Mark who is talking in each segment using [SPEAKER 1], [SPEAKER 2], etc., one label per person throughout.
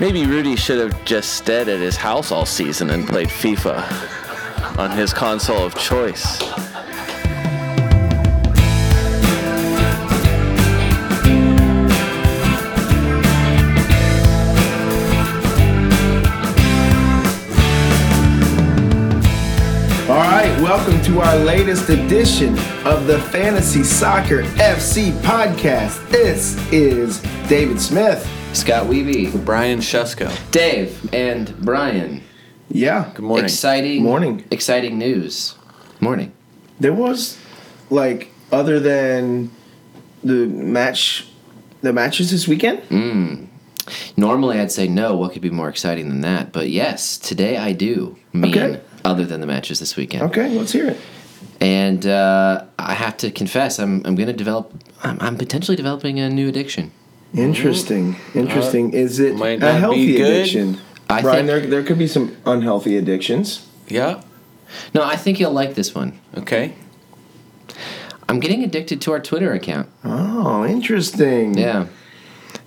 [SPEAKER 1] Maybe Rudy should have just stayed at his house all season and played FIFA on his console of choice.
[SPEAKER 2] All right, welcome to our latest edition of the Fantasy Soccer FC podcast. This is David Smith.
[SPEAKER 3] Scott Weeby,
[SPEAKER 1] Brian Shesko.
[SPEAKER 3] Dave, and Brian.
[SPEAKER 2] Yeah.
[SPEAKER 1] Good morning.
[SPEAKER 3] Exciting
[SPEAKER 2] Morning.
[SPEAKER 3] Exciting news. Morning.
[SPEAKER 2] There was like other than the match the matches this weekend?
[SPEAKER 3] Normally I'd say no, what could be more exciting than that? But yes, today I do mean
[SPEAKER 2] Okay.
[SPEAKER 3] other than the matches this weekend.
[SPEAKER 2] Okay, let's hear it.
[SPEAKER 3] And uh, I have to confess, I'm, I'm going to develop, I'm, I'm potentially developing a new addiction.
[SPEAKER 2] Interesting. Interesting. is it
[SPEAKER 1] might
[SPEAKER 2] a
[SPEAKER 1] not be
[SPEAKER 2] healthy
[SPEAKER 1] good.
[SPEAKER 2] addiction?
[SPEAKER 3] I
[SPEAKER 2] Brian,
[SPEAKER 3] think-
[SPEAKER 2] there there could be some unhealthy addictions.
[SPEAKER 1] Yeah.
[SPEAKER 3] No, I think you'll like this one.
[SPEAKER 1] Okay.
[SPEAKER 3] I'm getting addicted to our Twitter account.
[SPEAKER 2] Oh, interesting.
[SPEAKER 3] Yeah.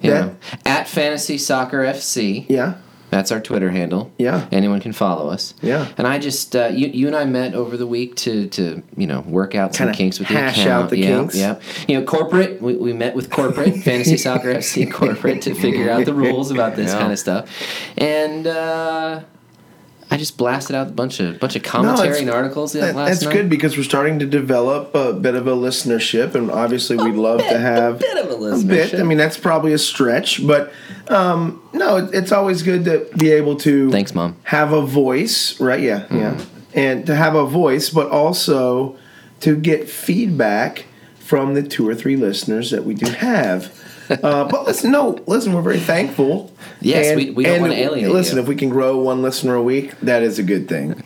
[SPEAKER 3] Yeah.
[SPEAKER 2] That-
[SPEAKER 3] At Fantasy Soccer FC.
[SPEAKER 2] Yeah.
[SPEAKER 3] That's our Twitter handle.
[SPEAKER 2] Yeah.
[SPEAKER 3] Anyone can follow us.
[SPEAKER 2] Yeah.
[SPEAKER 3] And I just uh, you you and I met over the week to to you know work out some
[SPEAKER 2] Kinda
[SPEAKER 3] kinks with
[SPEAKER 2] hash
[SPEAKER 3] the account.
[SPEAKER 2] out the
[SPEAKER 3] yeah,
[SPEAKER 2] kinks.
[SPEAKER 3] Yeah. You know, corporate. We, we met with corporate fantasy soccer FC corporate to figure out the rules about this
[SPEAKER 1] Yeah.
[SPEAKER 3] kind of stuff, and. uh I just blasted out a bunch of bunch of commentary and articles yeah,
[SPEAKER 2] that-
[SPEAKER 3] last
[SPEAKER 2] that's
[SPEAKER 3] night.
[SPEAKER 2] good because we're starting to develop a bit of a listenership, and obviously we'd love to have
[SPEAKER 3] a bit of a
[SPEAKER 2] I
[SPEAKER 3] listenership.
[SPEAKER 2] mean, that's probably a stretch, but um, no, it, it's always good to be able to
[SPEAKER 3] Thanks, Mom. Mm-hmm.
[SPEAKER 2] have a voice, right? Yeah, yeah, and to have a voice, but also to get feedback from the two or three listeners that we do have. Uh, but listen, no, listen, we're very thankful.
[SPEAKER 3] Yes, we- we don't
[SPEAKER 2] and
[SPEAKER 3] wanna alienate
[SPEAKER 2] Listen,
[SPEAKER 3] you.
[SPEAKER 2] if we can grow one listener a week, that is a good thing.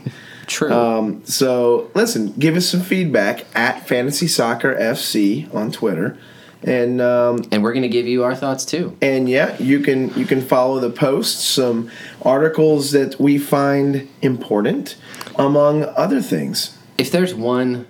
[SPEAKER 3] True.
[SPEAKER 2] Um, so listen, give us some feedback at Fantasy Soccer FC on Twitter, and um,
[SPEAKER 3] and we're going to give you our thoughts too.
[SPEAKER 2] and yeah, you can you can follow the posts, some articles that we find important, among other things.
[SPEAKER 3] If there's one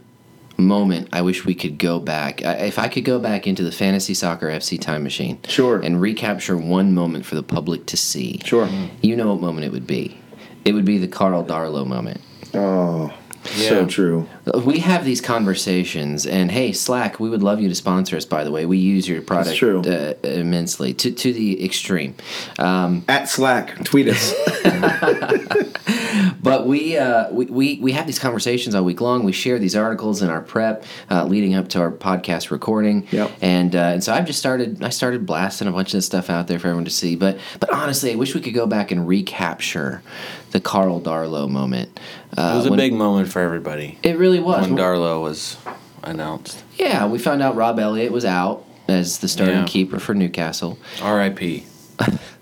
[SPEAKER 3] moment I wish we could go back, I- if I could go back into the fantasy soccer FC time machine,
[SPEAKER 2] Sure.
[SPEAKER 3] and recapture one moment for the public to see,
[SPEAKER 2] Sure.
[SPEAKER 3] you know what moment it would be? It would be the Carl Darlow moment.
[SPEAKER 2] Oh,
[SPEAKER 1] Yeah.
[SPEAKER 2] so true.
[SPEAKER 3] We have these conversations, and hey, Slack, we would love you to sponsor us. By the way, we use your product
[SPEAKER 2] true.
[SPEAKER 3] Uh, immensely to to the extreme. Um,
[SPEAKER 2] At Slack, tweet us.
[SPEAKER 3] But we, uh, we, we we have these conversations all week long. We share these articles in our prep uh, leading up to our podcast recording.
[SPEAKER 2] Yep.
[SPEAKER 3] And uh, and so I've just started. I started blasting a bunch of this stuff out there for everyone to see. But but honestly, I wish we could go back and recapture the Carl Darlow moment. Uh,
[SPEAKER 4] It was a
[SPEAKER 3] when-
[SPEAKER 4] big moment for everybody
[SPEAKER 3] It really was.
[SPEAKER 4] when Darlow was announced.
[SPEAKER 3] yeah, we found out Rob Elliott was out as the starting
[SPEAKER 4] Yeah.
[SPEAKER 3] keeper for Newcastle.
[SPEAKER 4] R.I.P.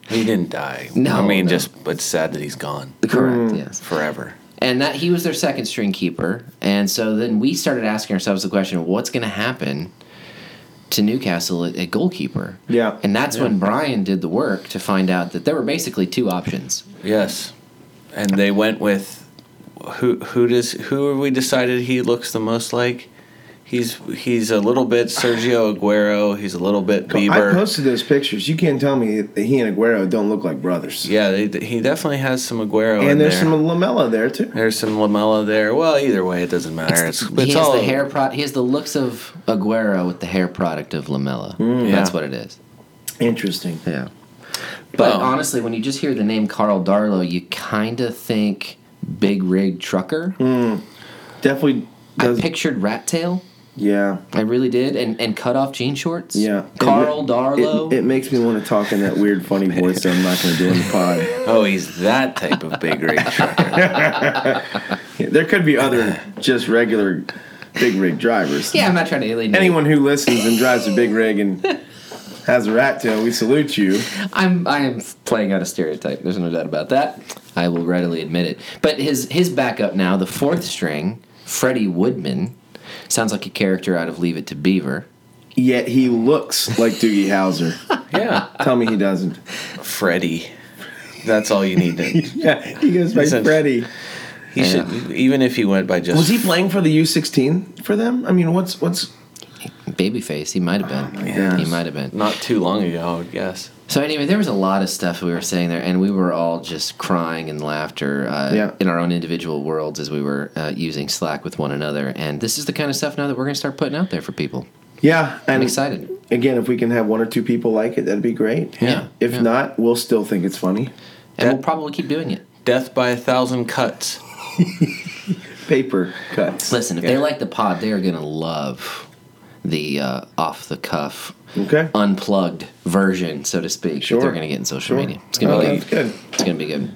[SPEAKER 4] he didn't die.
[SPEAKER 3] No,
[SPEAKER 4] I mean,
[SPEAKER 3] no.
[SPEAKER 4] just it's sad that he's gone
[SPEAKER 3] Correct. Yes.
[SPEAKER 4] forever.
[SPEAKER 3] and that he was their second string keeper. And so then we started asking ourselves the question, what's going to happen to Newcastle at, at goalkeeper?
[SPEAKER 2] Yeah.
[SPEAKER 3] and that's when Brian did the work to find out that there were basically two options.
[SPEAKER 4] Yes, and they went with who? Who does? Who have we decided he looks the most like? He's he's a little bit Sergio Aguero. He's a little bit
[SPEAKER 2] I
[SPEAKER 4] Bieber.
[SPEAKER 2] posted those pictures. You can't tell me that he and Aguero don't look like brothers.
[SPEAKER 4] yeah, they, he definitely has some Aguero. in
[SPEAKER 2] And there's
[SPEAKER 4] there.
[SPEAKER 2] some Lamella there too.
[SPEAKER 4] there's some Lamella there. Well, either way, it doesn't matter. It's, it's,
[SPEAKER 3] he has
[SPEAKER 4] all
[SPEAKER 3] the hair pro- he has the looks of Aguero with the hair product of Lamella.
[SPEAKER 2] Mm,
[SPEAKER 3] That's
[SPEAKER 4] Yeah.
[SPEAKER 3] what it is.
[SPEAKER 2] Interesting.
[SPEAKER 3] Yeah. But
[SPEAKER 4] Oh.
[SPEAKER 3] honestly, when you just hear the name Carl Darlow, you kind of think big rig trucker.
[SPEAKER 2] Mm. Definitely
[SPEAKER 3] I
[SPEAKER 2] does.
[SPEAKER 3] pictured rat tail.
[SPEAKER 2] yeah.
[SPEAKER 3] I really did, and and cut off jean shorts.
[SPEAKER 2] Yeah.
[SPEAKER 3] Carl
[SPEAKER 2] It-
[SPEAKER 3] Darlow.
[SPEAKER 2] It, it makes me want to talk in that weird, funny voice that I'm not going to do in the pod.
[SPEAKER 4] Oh, he's that type of big rig trucker.
[SPEAKER 2] Yeah, there could be other just regular big rig drivers.
[SPEAKER 3] yeah, I'm not trying to alienate
[SPEAKER 2] Anyone who listens and drives a big rig and has a rat tail, we salute you.
[SPEAKER 3] I'm I am playing out a stereotype. There's no doubt about that. I will readily admit it. But his his backup now, the fourth string, Freddie Woodman, sounds like a character out of Leave It to Beaver.
[SPEAKER 2] Yet he looks like Doogie Howser.
[SPEAKER 4] Yeah.
[SPEAKER 2] Tell me he doesn't.
[SPEAKER 4] Freddie. That's all you need to.
[SPEAKER 2] Yeah, he goes by
[SPEAKER 4] Listen.
[SPEAKER 2] Freddy.
[SPEAKER 4] He should, even if he went by just.
[SPEAKER 2] Was he playing for the U16 for them? I mean, what's what's
[SPEAKER 3] Babyface, he might have been.
[SPEAKER 2] gosh.
[SPEAKER 3] he might have been.
[SPEAKER 4] not too long ago? I would guess.
[SPEAKER 3] So anyway, there was a lot of stuff we were saying there, and we were all just crying and laughter uh,
[SPEAKER 2] Yeah.
[SPEAKER 3] in our own individual worlds as we were uh, using Slack with one another. And this is the kind of stuff now that we're going to start putting out there for people.
[SPEAKER 2] Yeah, and
[SPEAKER 3] I'm excited.
[SPEAKER 2] again, if we can have one or two people like it, that'd be great.
[SPEAKER 3] Yeah,
[SPEAKER 2] If
[SPEAKER 3] yeah.
[SPEAKER 2] not, we'll still think it's funny.
[SPEAKER 3] And
[SPEAKER 4] That-
[SPEAKER 3] we'll probably keep doing it.
[SPEAKER 4] Death by a thousand cuts.
[SPEAKER 2] Paper cuts.
[SPEAKER 3] Listen, if they like the pod, they are going to love the uh, off the cuff,
[SPEAKER 2] Okay.
[SPEAKER 3] unplugged version, so to speak,
[SPEAKER 2] Sure.
[SPEAKER 3] that they're going to get in social
[SPEAKER 2] Sure.
[SPEAKER 3] media. It's going to
[SPEAKER 2] Oh,
[SPEAKER 3] be
[SPEAKER 2] that's good.
[SPEAKER 3] It's going to be good.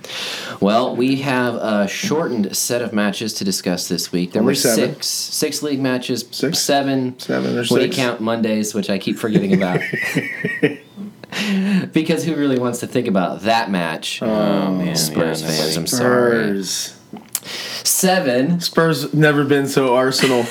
[SPEAKER 3] Well, we have a shortened set of matches to discuss this week. There
[SPEAKER 2] Only
[SPEAKER 3] were
[SPEAKER 2] seven.
[SPEAKER 3] six, six league matches,
[SPEAKER 2] Six?
[SPEAKER 3] seven,
[SPEAKER 2] Seven or
[SPEAKER 3] when you
[SPEAKER 2] six.
[SPEAKER 3] count Mondays, which I keep forgetting about. because who really wants to think about that match? Um,
[SPEAKER 4] Oh man,
[SPEAKER 3] Spurs
[SPEAKER 4] yeah,
[SPEAKER 3] fans, I'm
[SPEAKER 4] nobody-
[SPEAKER 3] sorry.
[SPEAKER 2] Spurs.
[SPEAKER 3] Seven.
[SPEAKER 2] Spurs never been so Arsenal.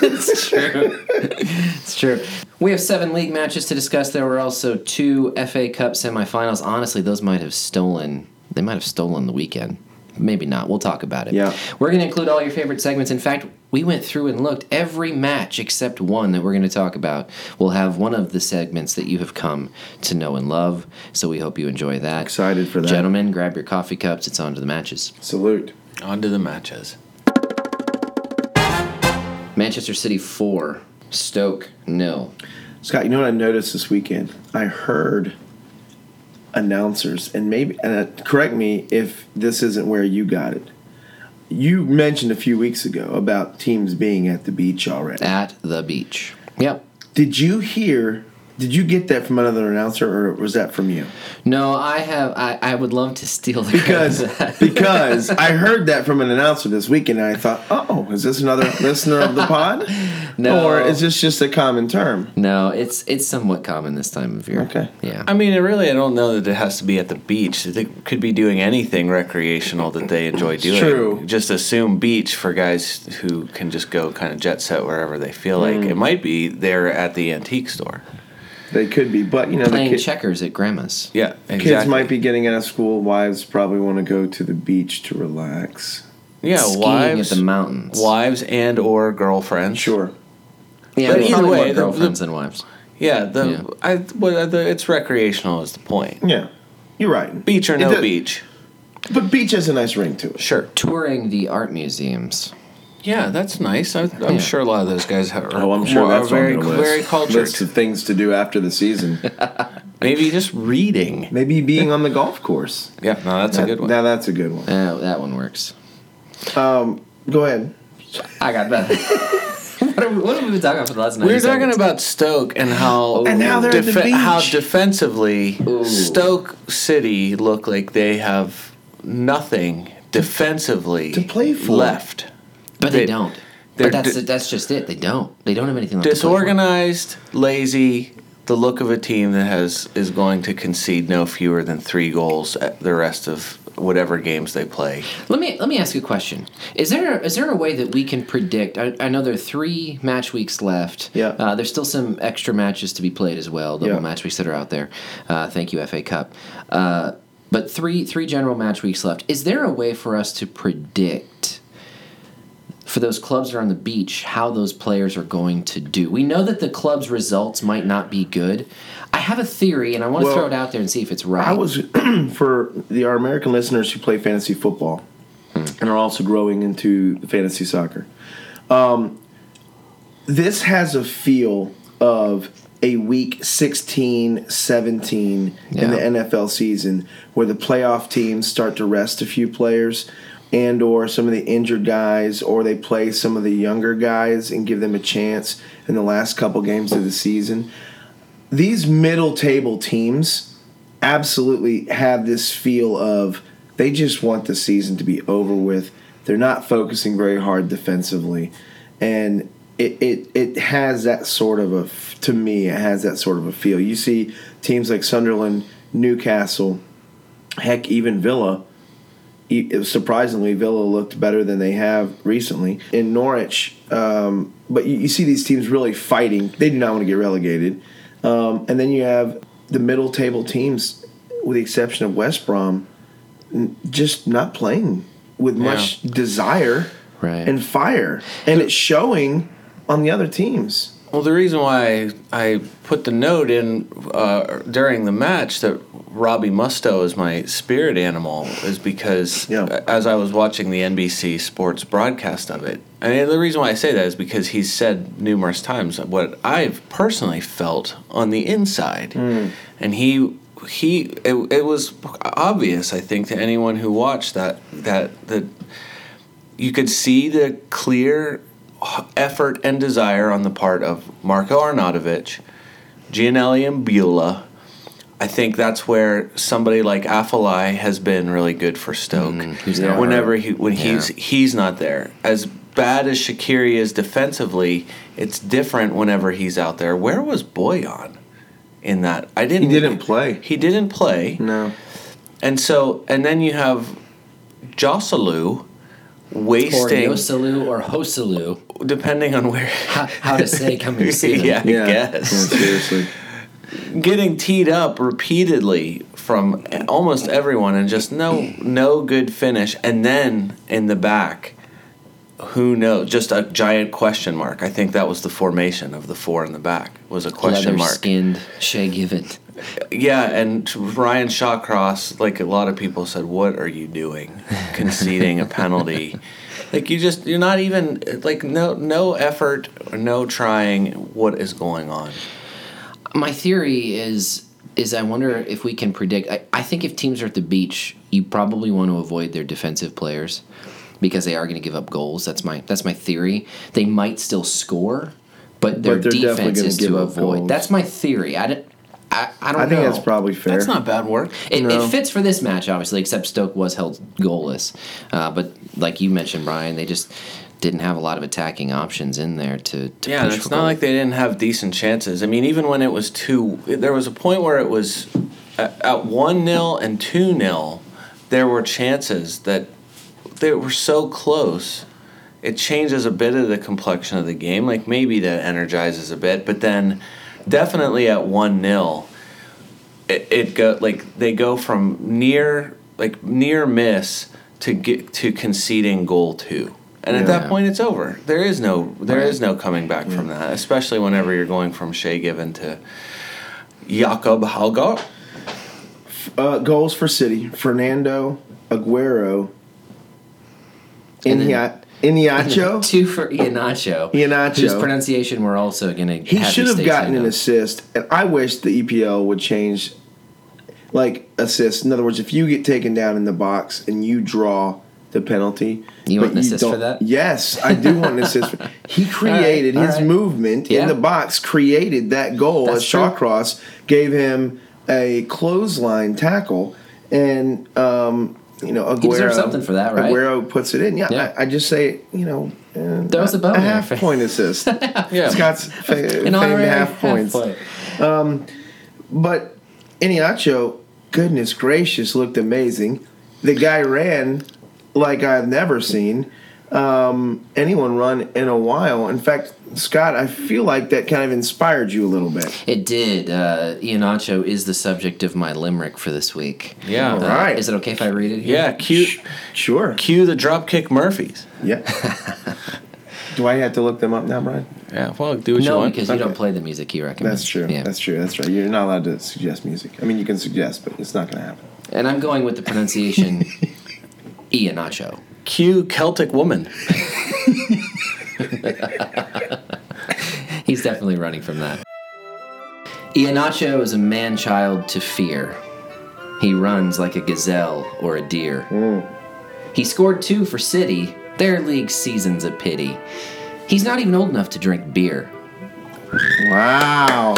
[SPEAKER 3] It's true. it's true. We have seven league matches to discuss. There were also two FA Cup semifinals. Honestly, those might have stolen. They might have stolen the weekend. Maybe not. We'll talk about it.
[SPEAKER 2] Yeah.
[SPEAKER 3] We're going to include all your favorite segments. In fact, we went through and looked every match except one that we're going to talk about. We'll have one of the segments that you have come to know and love. So we hope you enjoy that.
[SPEAKER 2] Excited for that.
[SPEAKER 3] Gentlemen, grab your coffee cups. It's on to the matches.
[SPEAKER 2] Salute.
[SPEAKER 4] On to the matches.
[SPEAKER 3] Manchester City 4, Stoke nil.
[SPEAKER 2] Scott, you know what I noticed this weekend? I heard announcers, and maybe and uh, correct me if this isn't where you got it. You mentioned a few weeks ago about teams being at the beach already.
[SPEAKER 3] at the beach. Yep.
[SPEAKER 2] Did you hear? Did you get that from another announcer, or was that from you?
[SPEAKER 3] No, I have. I, I would love to steal the
[SPEAKER 2] Because because I heard that from an announcer this weekend, and I thought, oh, is this another listener of the pod,
[SPEAKER 3] No.
[SPEAKER 2] or is this just a common term?
[SPEAKER 3] no, it's it's somewhat common this time of year.
[SPEAKER 2] Okay.
[SPEAKER 3] Yeah.
[SPEAKER 4] I mean, really, I don't know that it has to be at the beach. They could be doing anything recreational that they enjoy doing.
[SPEAKER 2] True.
[SPEAKER 4] Just assume beach for guys who can just go kind of jet set wherever they feel like. It might be they're at the antique store.
[SPEAKER 2] They could be, but you know, the
[SPEAKER 3] Playing
[SPEAKER 2] kid-
[SPEAKER 3] checkers at grandma's.
[SPEAKER 4] Yeah, exactly.
[SPEAKER 2] Kids might be getting out of school. Wives probably want to go to the beach to relax.
[SPEAKER 4] yeah,
[SPEAKER 3] Skiing
[SPEAKER 4] wives,
[SPEAKER 3] at the mountains.
[SPEAKER 4] wives and or girlfriends.
[SPEAKER 2] Sure.
[SPEAKER 3] Yeah,
[SPEAKER 4] But
[SPEAKER 3] but
[SPEAKER 4] either
[SPEAKER 3] either
[SPEAKER 4] way,
[SPEAKER 3] way,
[SPEAKER 4] the- the-
[SPEAKER 3] girlfriends and wives.
[SPEAKER 4] Yeah, the
[SPEAKER 3] Yeah.
[SPEAKER 4] I well, the, it's recreational is the point.
[SPEAKER 2] Yeah, you're right.
[SPEAKER 4] Beach or
[SPEAKER 2] It
[SPEAKER 4] no
[SPEAKER 2] does-
[SPEAKER 4] beach.
[SPEAKER 2] but beach has a nice ring to it.
[SPEAKER 4] Sure.
[SPEAKER 3] Touring the art museums.
[SPEAKER 4] Yeah, that's nice. I, I'm
[SPEAKER 3] Yeah.
[SPEAKER 4] sure a lot of those guys have,
[SPEAKER 2] Oh,
[SPEAKER 4] are, are
[SPEAKER 2] on
[SPEAKER 4] very
[SPEAKER 2] their
[SPEAKER 4] very cultured.
[SPEAKER 2] List of things to do after the season.
[SPEAKER 4] Maybe just reading.
[SPEAKER 2] Maybe being on the golf course.
[SPEAKER 4] Yeah, no, that's a good one.
[SPEAKER 2] Now that's a good one.
[SPEAKER 3] Oh, that one works.
[SPEAKER 2] Go ahead.
[SPEAKER 3] I got that. what, are we, what have we been talking about for the last night?
[SPEAKER 4] We We're talking about Stoke and how
[SPEAKER 2] And now they're at the beach.
[SPEAKER 4] how defensively Stoke City look like they have nothing defensively
[SPEAKER 2] To play for.
[SPEAKER 4] left.
[SPEAKER 3] but they
[SPEAKER 4] they-
[SPEAKER 3] don't.
[SPEAKER 4] they're
[SPEAKER 3] But that's
[SPEAKER 4] di-
[SPEAKER 3] that's just it. They don't. They don't have anything. left to play for.
[SPEAKER 4] Disorganized, lazy, the look of a team that has is going to concede no fewer than three goals at the rest of whatever games they play.
[SPEAKER 3] Let me let me ask you a question. Is there is there a way that we can predict? I, I know there are three match weeks left.
[SPEAKER 2] Yeah.
[SPEAKER 3] Uh, there's still some extra matches to be played as well. Double
[SPEAKER 2] Yeah.
[SPEAKER 3] match weeks that are out there. Uh, thank you FA Cup. Uh, but three three general match weeks left. Is there a way for us to predict? For those clubs that are on the beach, how those players are going to do. We know that the club's results might not be good. I have a theory, and I want to
[SPEAKER 2] Well,
[SPEAKER 3] throw it out there and see if it's right.
[SPEAKER 2] I was for the our American listeners who play fantasy football and are also growing into fantasy soccer. Um, this has a feel of a week 16, 17 in the
[SPEAKER 3] Yeah.
[SPEAKER 2] NFL season where the playoff teams start to rest a few players and or some of the injured guys or they play some of the younger guys and give them a chance in the last couple games of the season. These middle table teams absolutely have this feel of they just want the season to be over with. They're not focusing very hard defensively, and it it, it has that sort of a to me it has that sort of a feel. You see teams like Sunderland, Newcastle, heck, even Villa. e- it was Surprisingly, Villa looked better than they have recently in Norwich. Um, but you, you see these teams really fighting. They do not want to get relegated. Um, and then you have the middle table teams, with the exception of West Brom, n- just not playing with much desire
[SPEAKER 3] Right.
[SPEAKER 2] and fire. And it's showing on the other teams.
[SPEAKER 4] Well, the reason why I put the note in uh, during the match that Robbie Musto is my spirit animal is because
[SPEAKER 2] Yeah.
[SPEAKER 4] as I was watching the NBC Sports broadcast of it, and the reason why I say that is because he's said numerous times what I've personally felt on the inside, and he he it, it was obvious I think to anyone who watched that that that you could see the clear h- effort and desire on the part of Marco Arnautovic, Gianelli and Beulah. I think that's where somebody like Affalai has been really good for Stoke.
[SPEAKER 2] Mm,
[SPEAKER 3] who's now
[SPEAKER 4] Whenever
[SPEAKER 3] hurt.
[SPEAKER 4] he when he's he's not there. As bad as Shakiri is defensively, it's different whenever he's out there. Where was Boyan in that? I didn't
[SPEAKER 2] He didn't play. Mm.
[SPEAKER 4] He didn't play.
[SPEAKER 2] No.
[SPEAKER 4] And so and then you have Joselu
[SPEAKER 3] Or
[SPEAKER 4] wasting
[SPEAKER 3] Yosalu or Hosalu,
[SPEAKER 4] depending on where.
[SPEAKER 3] how, how to say come and see them.
[SPEAKER 4] yeah,
[SPEAKER 2] Yeah.
[SPEAKER 4] I guess.
[SPEAKER 2] Yeah, seriously.
[SPEAKER 4] Getting teed up repeatedly from almost everyone and just no no good finish and then in the back who knows just a giant question mark. I think that was the formation of the four in the back was a question
[SPEAKER 3] Leather
[SPEAKER 4] mark.
[SPEAKER 3] skinned Shea Given.
[SPEAKER 4] Yeah, and to Ryan Shawcross, like a lot of people said, "What are you doing? Conceding a penalty? Like you just you're not even like no no effort, or no trying. What is going on?
[SPEAKER 3] my theory is is I wonder if we can predict. I, I think if teams are at the beach, you probably want to avoid their defensive players because they are going to give up goals. That's my that's my theory. They might still score, but their
[SPEAKER 2] they're definitely
[SPEAKER 3] defense
[SPEAKER 2] gonna
[SPEAKER 3] is
[SPEAKER 2] give
[SPEAKER 3] to
[SPEAKER 2] up
[SPEAKER 3] avoid.
[SPEAKER 2] goals.
[SPEAKER 3] That's my theory. I don't. I, I don't
[SPEAKER 2] I think
[SPEAKER 3] know.
[SPEAKER 2] that's probably fair.
[SPEAKER 4] That's not bad work.
[SPEAKER 3] It,
[SPEAKER 2] No.
[SPEAKER 3] it fits for this match, obviously, except Stoke was held goalless. Uh, but like you mentioned, Brian, they just didn't have a lot of attacking options in there to, to
[SPEAKER 4] Yeah, and
[SPEAKER 3] push
[SPEAKER 4] it's
[SPEAKER 3] for
[SPEAKER 4] not
[SPEAKER 3] goal.
[SPEAKER 4] like they didn't have decent chances. I mean, even when it was two, there was a point where it was at, at one 0 and two 0 There were chances that they were so close. It changes a bit of the complexion of the game. Like maybe that energizes a bit, but then definitely at one 0 it, it go like they go from near like near miss to get to conceding goal two. And at
[SPEAKER 3] Yeah.
[SPEAKER 4] that point, it's over. There is no, there is no coming back from that, especially whenever you're going from Shea Given to Jakob Halgar.
[SPEAKER 2] Uh, goals for City: Fernando Aguero,
[SPEAKER 3] And then-
[SPEAKER 2] Inia- Iniacho.
[SPEAKER 3] Two for Ianacho.
[SPEAKER 2] Iheanacho.
[SPEAKER 3] Whose pronunciation we're also going to
[SPEAKER 2] He should have gotten an assist, and I wish the EPL would change, like assists. In other words, if you get taken down in the box and you draw the penalty,
[SPEAKER 3] You
[SPEAKER 2] but
[SPEAKER 3] want an assist for
[SPEAKER 2] don't-
[SPEAKER 3] that?
[SPEAKER 2] Yes, I do want an assist. For, he created
[SPEAKER 3] all
[SPEAKER 2] his
[SPEAKER 3] right.
[SPEAKER 2] movement
[SPEAKER 3] Yeah.
[SPEAKER 2] in the box, created that goal.
[SPEAKER 3] That's true.
[SPEAKER 2] Shawcross gave him a clothesline tackle, and um, you know Aguero
[SPEAKER 3] deserved something for that, right?
[SPEAKER 2] Aguero puts it in. Yeah,
[SPEAKER 3] Yeah.
[SPEAKER 2] I, I just say you know. eh,
[SPEAKER 3] That was a
[SPEAKER 2] a
[SPEAKER 3] bone there.
[SPEAKER 2] half point assist.
[SPEAKER 4] Yeah.
[SPEAKER 2] Scott's fa- famed half points. But Iniacho, goodness gracious, looked amazing. The guy ran like I've never seen um, anyone run in a while. In fact, Scott, I feel like that kind of inspired you a little bit.
[SPEAKER 3] It did. Uh, Iheanacho is the subject of my limerick for this week.
[SPEAKER 4] Yeah.
[SPEAKER 3] Uh,
[SPEAKER 2] All right.
[SPEAKER 3] Is it okay if I read it? Here?
[SPEAKER 4] Yeah, cue
[SPEAKER 2] Sure.
[SPEAKER 4] cue the dropkick Murphys.
[SPEAKER 2] Yeah. Do I have to look them up now, Brian?
[SPEAKER 4] Yeah, well, do what you
[SPEAKER 3] No,
[SPEAKER 4] want.
[SPEAKER 3] because you
[SPEAKER 2] Okay.
[SPEAKER 3] don't play the music he recommends.
[SPEAKER 2] That's true.
[SPEAKER 3] Yeah.
[SPEAKER 2] That's true. That's right. You're not allowed to suggest music. I mean, you can suggest, but it's not going to happen.
[SPEAKER 3] and I'm going with the pronunciation Iheanacho.
[SPEAKER 4] cue Celtic woman.
[SPEAKER 3] He's definitely running from that. Ianacho is a man child to fear. He runs like a gazelle or a deer. He scored two for City. Their league season's a pity. He's not even old enough to drink beer.
[SPEAKER 2] Wow.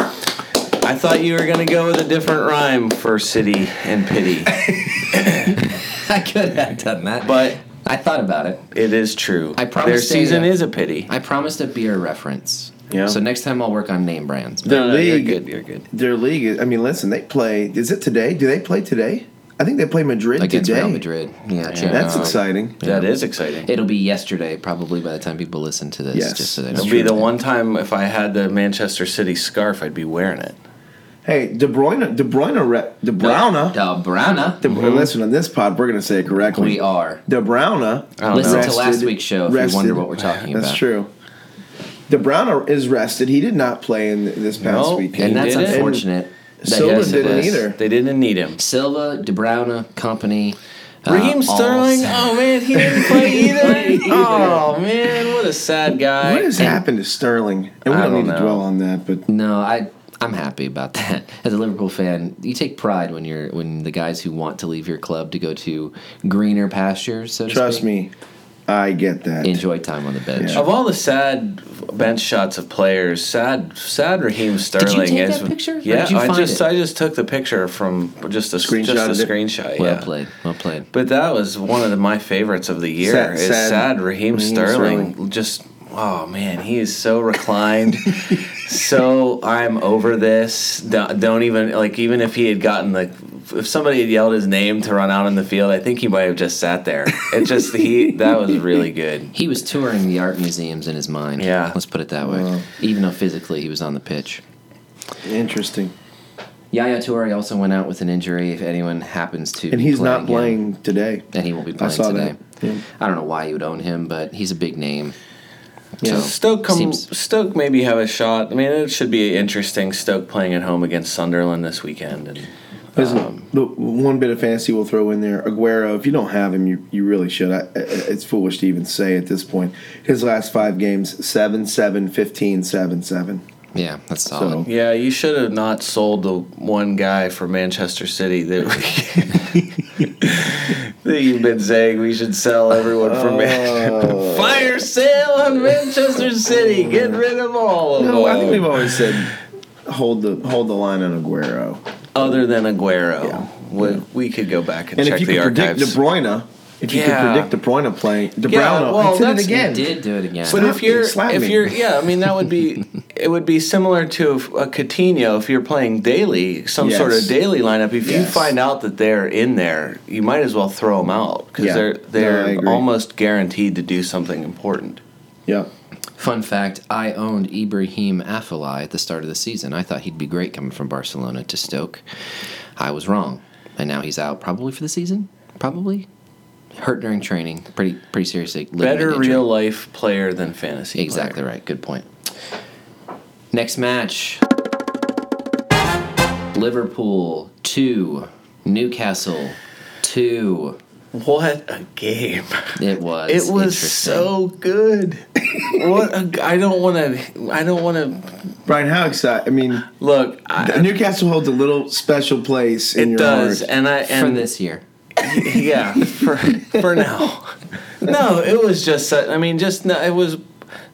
[SPEAKER 4] I thought you were gonna go with a different rhyme for city and pity.
[SPEAKER 3] I could have done that.
[SPEAKER 4] But-
[SPEAKER 3] I thought about it.
[SPEAKER 4] It is true.
[SPEAKER 3] I
[SPEAKER 4] Their
[SPEAKER 3] promised
[SPEAKER 4] season
[SPEAKER 3] a-
[SPEAKER 4] is a pity.
[SPEAKER 3] I promised a beer reference.
[SPEAKER 2] Yeah.
[SPEAKER 3] So next time I'll work on name brands.
[SPEAKER 2] Their
[SPEAKER 4] No, no,
[SPEAKER 2] league.
[SPEAKER 4] You're good. You're good.
[SPEAKER 2] Their league. is- I mean, listen, they play. Is it today? Do they play today? I think they play Madrid
[SPEAKER 3] Against
[SPEAKER 2] today.
[SPEAKER 3] Real Madrid. Yeah, check
[SPEAKER 2] That's
[SPEAKER 3] it out.
[SPEAKER 2] exciting.
[SPEAKER 4] That is exciting.
[SPEAKER 3] It'll be yesterday, probably by the time people listen to this.
[SPEAKER 2] Yes.
[SPEAKER 3] Just so they
[SPEAKER 4] It'll
[SPEAKER 3] don't
[SPEAKER 4] be the one time if I had the Manchester City scarf, I'd be wearing it.
[SPEAKER 2] Hey, De Bruyne, De Bruyne, re- De Bruyne. uh,
[SPEAKER 3] Da Brana.
[SPEAKER 2] De, Listen, on this pod, we're going to say it correctly.
[SPEAKER 3] Mm-hmm. We are.
[SPEAKER 2] De Bruyne. uh,
[SPEAKER 4] I don't
[SPEAKER 3] Listen
[SPEAKER 4] know.
[SPEAKER 3] to last week's show if you
[SPEAKER 2] rested-
[SPEAKER 3] wonder what we're talking
[SPEAKER 2] That's
[SPEAKER 3] about.
[SPEAKER 2] true. DeBrana is rested. He did not play in th- this past
[SPEAKER 4] Nope.
[SPEAKER 2] weekend.
[SPEAKER 3] and that's
[SPEAKER 4] did it.
[SPEAKER 3] unfortunate. that he
[SPEAKER 2] Silva
[SPEAKER 3] doesn't
[SPEAKER 2] didn't
[SPEAKER 3] play.
[SPEAKER 2] either.
[SPEAKER 4] They didn't need him.
[SPEAKER 3] Silva, DeBrowna, Company. uh,
[SPEAKER 4] Raheem
[SPEAKER 3] all
[SPEAKER 4] Sterling.
[SPEAKER 3] sat-
[SPEAKER 4] Oh man, he didn't play either. oh man, what a sad guy.
[SPEAKER 2] What has happened to Sterling? And we
[SPEAKER 4] I
[SPEAKER 2] don't,
[SPEAKER 4] don't
[SPEAKER 2] need to
[SPEAKER 4] know.
[SPEAKER 2] dwell on that, but
[SPEAKER 3] No, I I'm happy about that. As a Liverpool fan, you take pride when you're when the guys who want to leave your club to go to greener pastures. So to
[SPEAKER 2] trust
[SPEAKER 3] speak,
[SPEAKER 2] me, I get that.
[SPEAKER 3] enjoy time on the bench.
[SPEAKER 4] Of all the sad bench shots of players, sad, sad Raheem Sterling
[SPEAKER 3] take
[SPEAKER 4] is.
[SPEAKER 3] that picture? Or
[SPEAKER 4] Yeah,
[SPEAKER 3] did you
[SPEAKER 4] I
[SPEAKER 3] find
[SPEAKER 4] just
[SPEAKER 3] it?
[SPEAKER 4] I just took the picture from just a screenshot.
[SPEAKER 2] Screenshotted
[SPEAKER 4] Just a
[SPEAKER 2] it?
[SPEAKER 4] screenshot.
[SPEAKER 3] Well
[SPEAKER 4] yeah.
[SPEAKER 3] played, well played.
[SPEAKER 4] But that was one of the, my favorites of the year.
[SPEAKER 2] Sad-
[SPEAKER 4] is
[SPEAKER 2] sad
[SPEAKER 4] sad, Raheem,
[SPEAKER 2] Raheem
[SPEAKER 4] Sterling. Just oh man, he is so reclined. so I'm over this. Don't, don't even like even if he had gotten the if somebody had yelled his name to run out on the field, I think he might have just sat there. It just he that was really good.
[SPEAKER 3] He was touring the art museums in his mind.
[SPEAKER 4] Yeah.
[SPEAKER 3] let's put it that way. Even though physically he was on the pitch.
[SPEAKER 2] Interesting.
[SPEAKER 3] Yaya Toure also went out with an injury. If anyone happens to,
[SPEAKER 2] And he's
[SPEAKER 3] play
[SPEAKER 2] not
[SPEAKER 3] again.
[SPEAKER 2] playing today.
[SPEAKER 3] and he won't be
[SPEAKER 2] I
[SPEAKER 3] playing
[SPEAKER 2] saw
[SPEAKER 3] today.
[SPEAKER 2] that. Yeah.
[SPEAKER 3] I don't know why you would own him, but he's a big name.
[SPEAKER 2] Yeah.
[SPEAKER 4] Stoke come,
[SPEAKER 3] seems-
[SPEAKER 4] Stoke maybe have a shot. I mean, it should be interesting. Stoke playing at home against Sunderland this weekend, and
[SPEAKER 2] Listen, the one bit of fantasy we'll throw in there, Aguero. If you don't have him, you, you really should. I, I- it's foolish to even say at this point. His last five games: 7 7, 15, 7 7.
[SPEAKER 3] Yeah, that's
[SPEAKER 2] So,
[SPEAKER 3] solid.
[SPEAKER 4] Yeah, you should have not sold the one guy for Manchester City that, we- that you've been saying we should sell everyone
[SPEAKER 2] Oh.
[SPEAKER 4] for Manchester. Fire sale on Manchester City. Get rid of all of
[SPEAKER 2] no, I
[SPEAKER 4] them.
[SPEAKER 2] think we've always said hold the hold the line on Aguero.
[SPEAKER 4] Other than Aguero,
[SPEAKER 2] Yeah.
[SPEAKER 4] we, we could go back and,
[SPEAKER 2] And if
[SPEAKER 4] check
[SPEAKER 2] you
[SPEAKER 4] the
[SPEAKER 2] could predict De
[SPEAKER 4] archives.
[SPEAKER 2] Bruyne, if you
[SPEAKER 4] Yeah.
[SPEAKER 2] could predict De Bruyne playing, De Bruyne,
[SPEAKER 4] Yeah, well,
[SPEAKER 2] I did
[SPEAKER 4] that's-
[SPEAKER 2] it again.
[SPEAKER 3] He did do it again.
[SPEAKER 4] but
[SPEAKER 2] Stop
[SPEAKER 4] if you're
[SPEAKER 2] me, slap
[SPEAKER 4] if
[SPEAKER 2] me.
[SPEAKER 4] you're yeah, I mean that would be it would be similar to if- a Coutinho if you're playing daily some
[SPEAKER 2] Yes.
[SPEAKER 4] sort of daily lineup. If you
[SPEAKER 2] Yes.
[SPEAKER 4] find out that they're in there, you might as well throw them out because
[SPEAKER 2] Yeah.
[SPEAKER 4] they're
[SPEAKER 2] No, I
[SPEAKER 4] they're
[SPEAKER 2] agree.
[SPEAKER 4] almost guaranteed to do something important.
[SPEAKER 2] Yep.
[SPEAKER 3] Fun fact: I owned Ibrahim Afellay at the start of the season. I thought he'd be great coming from Barcelona to Stoke. I was wrong, and now he's out probably for the season. Probably hurt during training. Pretty pretty seriously. ligament
[SPEAKER 4] Better
[SPEAKER 3] injury.
[SPEAKER 4] real life player than fantasy. player.
[SPEAKER 3] Exactly right. Good point. Next match Liverpool 2, Newcastle 2.
[SPEAKER 4] What a game!
[SPEAKER 3] It was.
[SPEAKER 4] It was
[SPEAKER 3] interesting.
[SPEAKER 4] so good. what a, I don't want to. I don't want to
[SPEAKER 2] Brian, how excited! I mean,
[SPEAKER 4] look. I,
[SPEAKER 2] Newcastle holds a little special place in
[SPEAKER 4] it
[SPEAKER 2] your
[SPEAKER 4] does,
[SPEAKER 2] heart.
[SPEAKER 4] and I
[SPEAKER 3] for
[SPEAKER 4] and
[SPEAKER 3] this year.
[SPEAKER 4] yeah for for now no it was just su- i mean just no, it was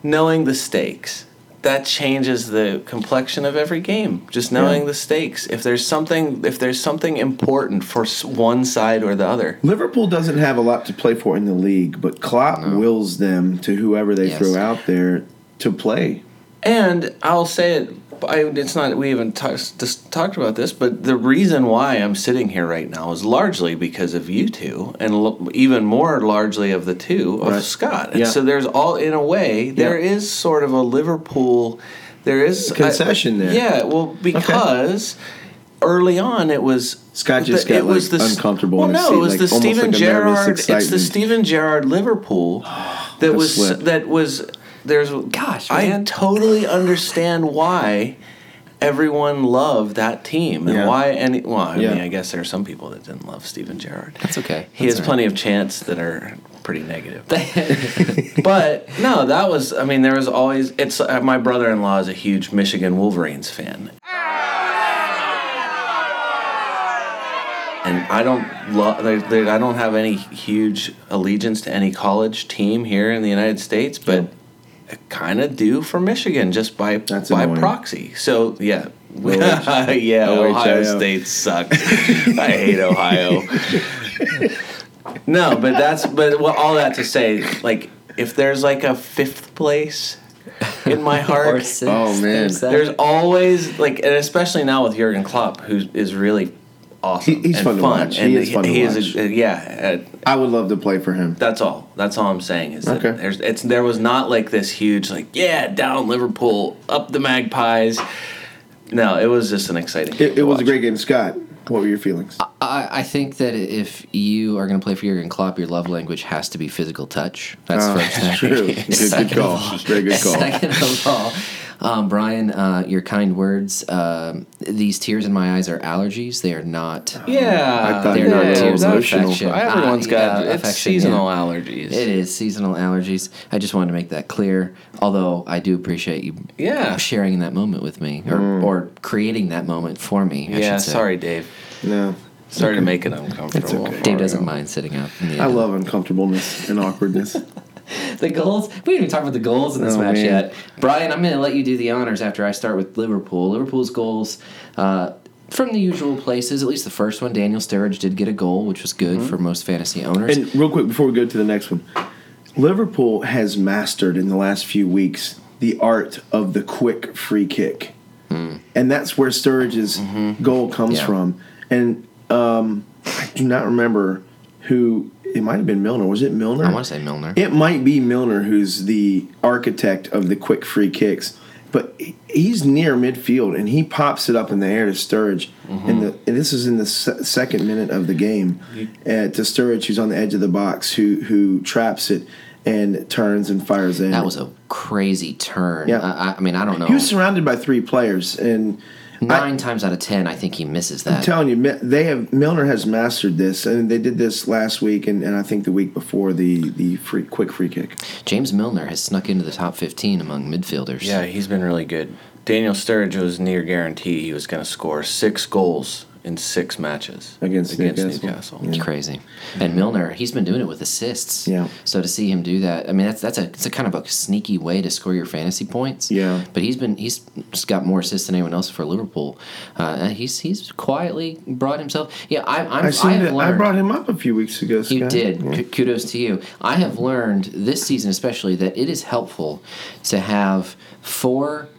[SPEAKER 4] knowing the stakes that changes the complexion of every game just knowing the stakes if there's something if there's something important for s- one side or the other
[SPEAKER 2] Liverpool doesn't have a lot to play for in the league, but Klopp wills them to whoever they
[SPEAKER 3] Yes.
[SPEAKER 2] throw out there to play.
[SPEAKER 4] And I'll say it. I, it's not we haven't talked just talked about this, but the reason why I'm sitting here right now is largely because of you two, and l- even more largely of the two of
[SPEAKER 2] Right.
[SPEAKER 4] Scott. And
[SPEAKER 2] Yeah.
[SPEAKER 4] So there's all in a way there is
[SPEAKER 2] Yeah.
[SPEAKER 4] sort of a Liverpool. There is
[SPEAKER 2] Concession there.
[SPEAKER 4] Yeah, well, because early on it was
[SPEAKER 2] Scott just
[SPEAKER 4] the-
[SPEAKER 2] got, like, uncomfortable
[SPEAKER 4] Well,
[SPEAKER 2] in his
[SPEAKER 4] no,
[SPEAKER 2] seat,
[SPEAKER 4] it was
[SPEAKER 2] like,
[SPEAKER 4] the
[SPEAKER 2] almost
[SPEAKER 4] Steven
[SPEAKER 2] like a nervous
[SPEAKER 4] Gerrard. It's the
[SPEAKER 2] excitement.
[SPEAKER 4] Steven Gerrard Liverpool that was
[SPEAKER 2] slip.
[SPEAKER 4] that was. There's
[SPEAKER 3] Gosh,
[SPEAKER 4] I
[SPEAKER 3] man.
[SPEAKER 4] totally understand why everyone loved that team and
[SPEAKER 2] Yeah.
[SPEAKER 4] why any well, I mean,
[SPEAKER 2] Yeah.
[SPEAKER 4] I guess there are some people that didn't love Steven Gerrard.
[SPEAKER 3] That's okay.
[SPEAKER 4] He
[SPEAKER 3] That's
[SPEAKER 4] has
[SPEAKER 3] all
[SPEAKER 4] plenty of chants that are pretty negative. but no, that was I mean, there was always it's uh, my brother-in-law is a huge Michigan Wolverines fan. And I don't lo- there, there, I don't have any huge allegiance to any college team here in the United States, but kind of do for Michigan just by
[SPEAKER 2] That's
[SPEAKER 4] by
[SPEAKER 2] annoying.
[SPEAKER 4] proxy. So yeah,
[SPEAKER 2] Ohio.
[SPEAKER 4] yeah, Ohio
[SPEAKER 2] Ohio.
[SPEAKER 4] State sucks. I hate Ohio. no, but that's but well, all that to say, like if there's like a fifth place in my heart,
[SPEAKER 3] Or six,
[SPEAKER 2] Oh, man.
[SPEAKER 3] or seven.
[SPEAKER 4] there's always like, and especially now with Jurgen Klopp, who is really awesome
[SPEAKER 2] He- he's
[SPEAKER 4] and
[SPEAKER 2] fun to watch. He
[SPEAKER 4] and
[SPEAKER 2] is fun to
[SPEAKER 4] is a- yeah, uh,
[SPEAKER 2] I would love to play for him.
[SPEAKER 4] that's all. That's all I'm saying is that
[SPEAKER 2] Okay.
[SPEAKER 4] there's it's there was not like this huge like yeah down Liverpool up the Magpies. No, it was just an exciting. game
[SPEAKER 2] It,
[SPEAKER 4] to
[SPEAKER 2] it was a
[SPEAKER 4] watch.
[SPEAKER 2] great game, Scott. What were your feelings?
[SPEAKER 3] I, I think that if you are going to play for Jurgen Klopp, your love language has to be physical touch. That's
[SPEAKER 2] Oh,
[SPEAKER 3] first.
[SPEAKER 2] that's true. Good- good
[SPEAKER 3] Second of
[SPEAKER 2] call.
[SPEAKER 3] all-
[SPEAKER 2] Very good call.
[SPEAKER 3] Second of all, um, Brian, uh, your kind words. Um, these tears in my eyes are allergies. They are not.
[SPEAKER 4] Yeah,
[SPEAKER 2] I thought you
[SPEAKER 3] were
[SPEAKER 4] yeah,
[SPEAKER 3] gonna go
[SPEAKER 4] that's-
[SPEAKER 2] emotional.
[SPEAKER 4] Everyone's
[SPEAKER 3] Ah,
[SPEAKER 4] got
[SPEAKER 3] yeah,
[SPEAKER 4] Uh, it's
[SPEAKER 3] affection,
[SPEAKER 4] seasonal
[SPEAKER 3] yeah.
[SPEAKER 4] allergies.
[SPEAKER 3] It is seasonal allergies. I just wanted to make that clear. Although I do appreciate you,
[SPEAKER 4] Yeah. Mm.
[SPEAKER 3] sharing that moment with me or, or creating that moment for me. I
[SPEAKER 4] Yeah,
[SPEAKER 3] should say.
[SPEAKER 4] sorry, Dave.
[SPEAKER 2] No.
[SPEAKER 4] Sorry to make it uncomfortable.
[SPEAKER 3] Dave doesn't mind sitting up. In the
[SPEAKER 2] I
[SPEAKER 3] end.
[SPEAKER 2] love uncomfortableness and awkwardness.
[SPEAKER 3] The goals. We didn't even talk about the goals in this
[SPEAKER 2] Oh,
[SPEAKER 3] match
[SPEAKER 2] man.
[SPEAKER 3] yet. Brian, I'm going to let you do the honors after I start with Liverpool. Liverpool's goals uh, from the usual places. At least the first one, Daniel Sturridge did get a goal, which was good for most fantasy owners.
[SPEAKER 2] Mm-hmm. And real quick before we go to the next one, Liverpool has mastered in the last few weeks the art of the quick free kick, and that's where Sturridge's goal comes
[SPEAKER 3] Hmm. Mm-hmm. Yeah.
[SPEAKER 2] from. And um, I do not remember who it might have been. Milner was it Milner?
[SPEAKER 3] I want to say Milner.
[SPEAKER 2] It might be Milner who's the architect of the quick free kicks, but he- he's near midfield and he pops it up in the air to Sturridge.
[SPEAKER 3] Mm-hmm.
[SPEAKER 2] And, the, and this is in the se- second minute of the game
[SPEAKER 3] Mm-hmm.
[SPEAKER 2] uh, to Sturridge, who's on the edge of the box, who who traps it and turns and fires in.
[SPEAKER 3] that was a crazy turn.
[SPEAKER 2] Yeah.
[SPEAKER 3] I, I- I mean, I don't know.
[SPEAKER 2] he was surrounded by three players, and
[SPEAKER 3] Nine times out of ten, I think he misses that.
[SPEAKER 2] I'm telling you, Mi- they have Milner has mastered this, and they did this last week, and, and I think the week before the the free, quick free kick.
[SPEAKER 3] James Milner has snuck into the top 15 among midfielders.
[SPEAKER 4] Yeah, he's been really good. Daniel Sturridge was near guarantee he was going to score six goals in six matches
[SPEAKER 2] Against Newcastle.
[SPEAKER 4] Newcastle.
[SPEAKER 3] It's crazy. And Milner, he's been doing it with assists.
[SPEAKER 2] Yeah.
[SPEAKER 3] So to see him do that, I mean, that's that's a it's a kind of a sneaky way to score your fantasy points.
[SPEAKER 2] Yeah.
[SPEAKER 3] But he's been he's just got more assists than anyone else for Liverpool. Uh, and he's he's quietly brought himself. Yeah, I, I'm.
[SPEAKER 2] I seen
[SPEAKER 3] have
[SPEAKER 2] that. I
[SPEAKER 3] learned-
[SPEAKER 2] brought him up a few weeks ago. Scott.
[SPEAKER 3] you did.
[SPEAKER 2] Yeah.
[SPEAKER 3] K- Kudos to you. I have learned this season, especially, that it is helpful to have four,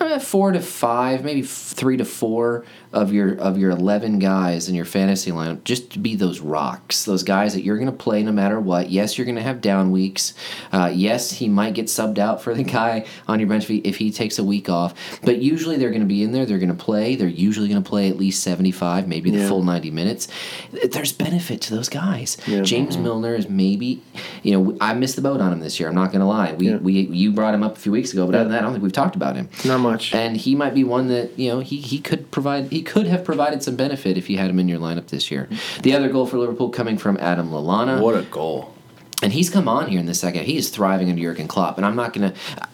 [SPEAKER 3] eh, four to five, maybe f- three to four of your of your eleven guys in your fantasy lineup just to be those rocks, those guys that you're going to play no matter what. Yes, you're going to have down weeks. Uh, yes, he might get subbed out for the guy on your bench if he, if he takes a week off. But usually they're going to be in there. They're going to play. They're usually going to play at least seventy five, maybe the
[SPEAKER 2] Yeah.
[SPEAKER 3] full 90 minutes, there's benefit to those guys.
[SPEAKER 2] Yeah.
[SPEAKER 3] James Milner is maybe, you know, I missed the boat on him this year. I'm not going to lie. We,
[SPEAKER 2] Yeah.
[SPEAKER 3] we you brought him up a few weeks ago, but other than that, I don't think we've talked about him.
[SPEAKER 2] Not much.
[SPEAKER 3] And he might be one that you know he, he could provide he could have provided some benefit if you had him in your lineup this year. The other goal for Liverpool coming from Adam Lallana
[SPEAKER 4] What a goal.
[SPEAKER 3] and he's come on here in the second. He is thriving under Jurgen Klopp, and I'm not gonna,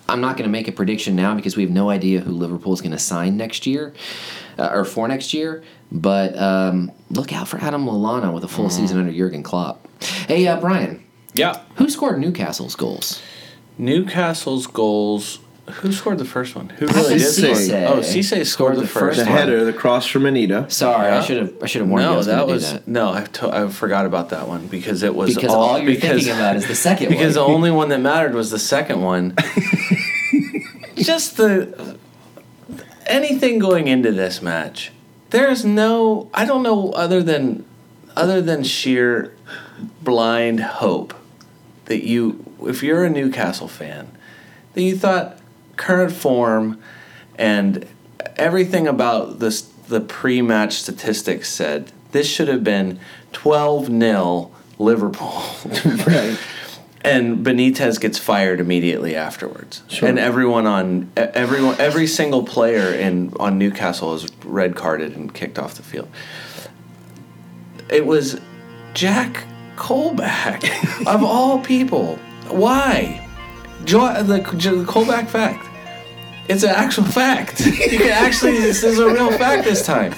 [SPEAKER 3] I'm not gonna make a prediction now because we have no idea who Liverpool is gonna sign next year, uh, or for next year. But um, look out for Adam Lallana with a full
[SPEAKER 4] Mm-hmm.
[SPEAKER 3] season under Jurgen Klopp. Hey, uh, Brian,
[SPEAKER 4] Yeah.
[SPEAKER 3] who scored Newcastle's goals?
[SPEAKER 4] Newcastle's goals. Who scored the first one? Who
[SPEAKER 3] I
[SPEAKER 4] really did?
[SPEAKER 3] think
[SPEAKER 4] score?
[SPEAKER 3] Cisse
[SPEAKER 4] Oh, Cisse scored the first
[SPEAKER 2] The
[SPEAKER 4] one.
[SPEAKER 2] header, the cross from Anita.
[SPEAKER 3] Sorry, I
[SPEAKER 4] Yeah.
[SPEAKER 3] should have, I should have warned you. I
[SPEAKER 4] No,
[SPEAKER 3] was
[SPEAKER 4] that
[SPEAKER 3] gonna
[SPEAKER 4] was
[SPEAKER 3] do that.
[SPEAKER 4] no. I, to, I forgot about that one because it was
[SPEAKER 3] Because all you're thinking about is the second one.
[SPEAKER 4] because the only one that mattered was the second one. Just the anything going into this match, there's no. I don't know other than other than sheer blind hope that you, if you're a Newcastle fan, that you thought current form and everything about this the pre-match statistics said this should have been 12 0 Liverpool.
[SPEAKER 2] Right.
[SPEAKER 4] and Benitez gets fired immediately afterwards. And everyone on e- everyone every single player in on Newcastle is red carded and kicked off the field. It was Jack Colback of all people. Why? Jo- the, the Colback fact. It's an actual fact. You can actually this is a real fact this time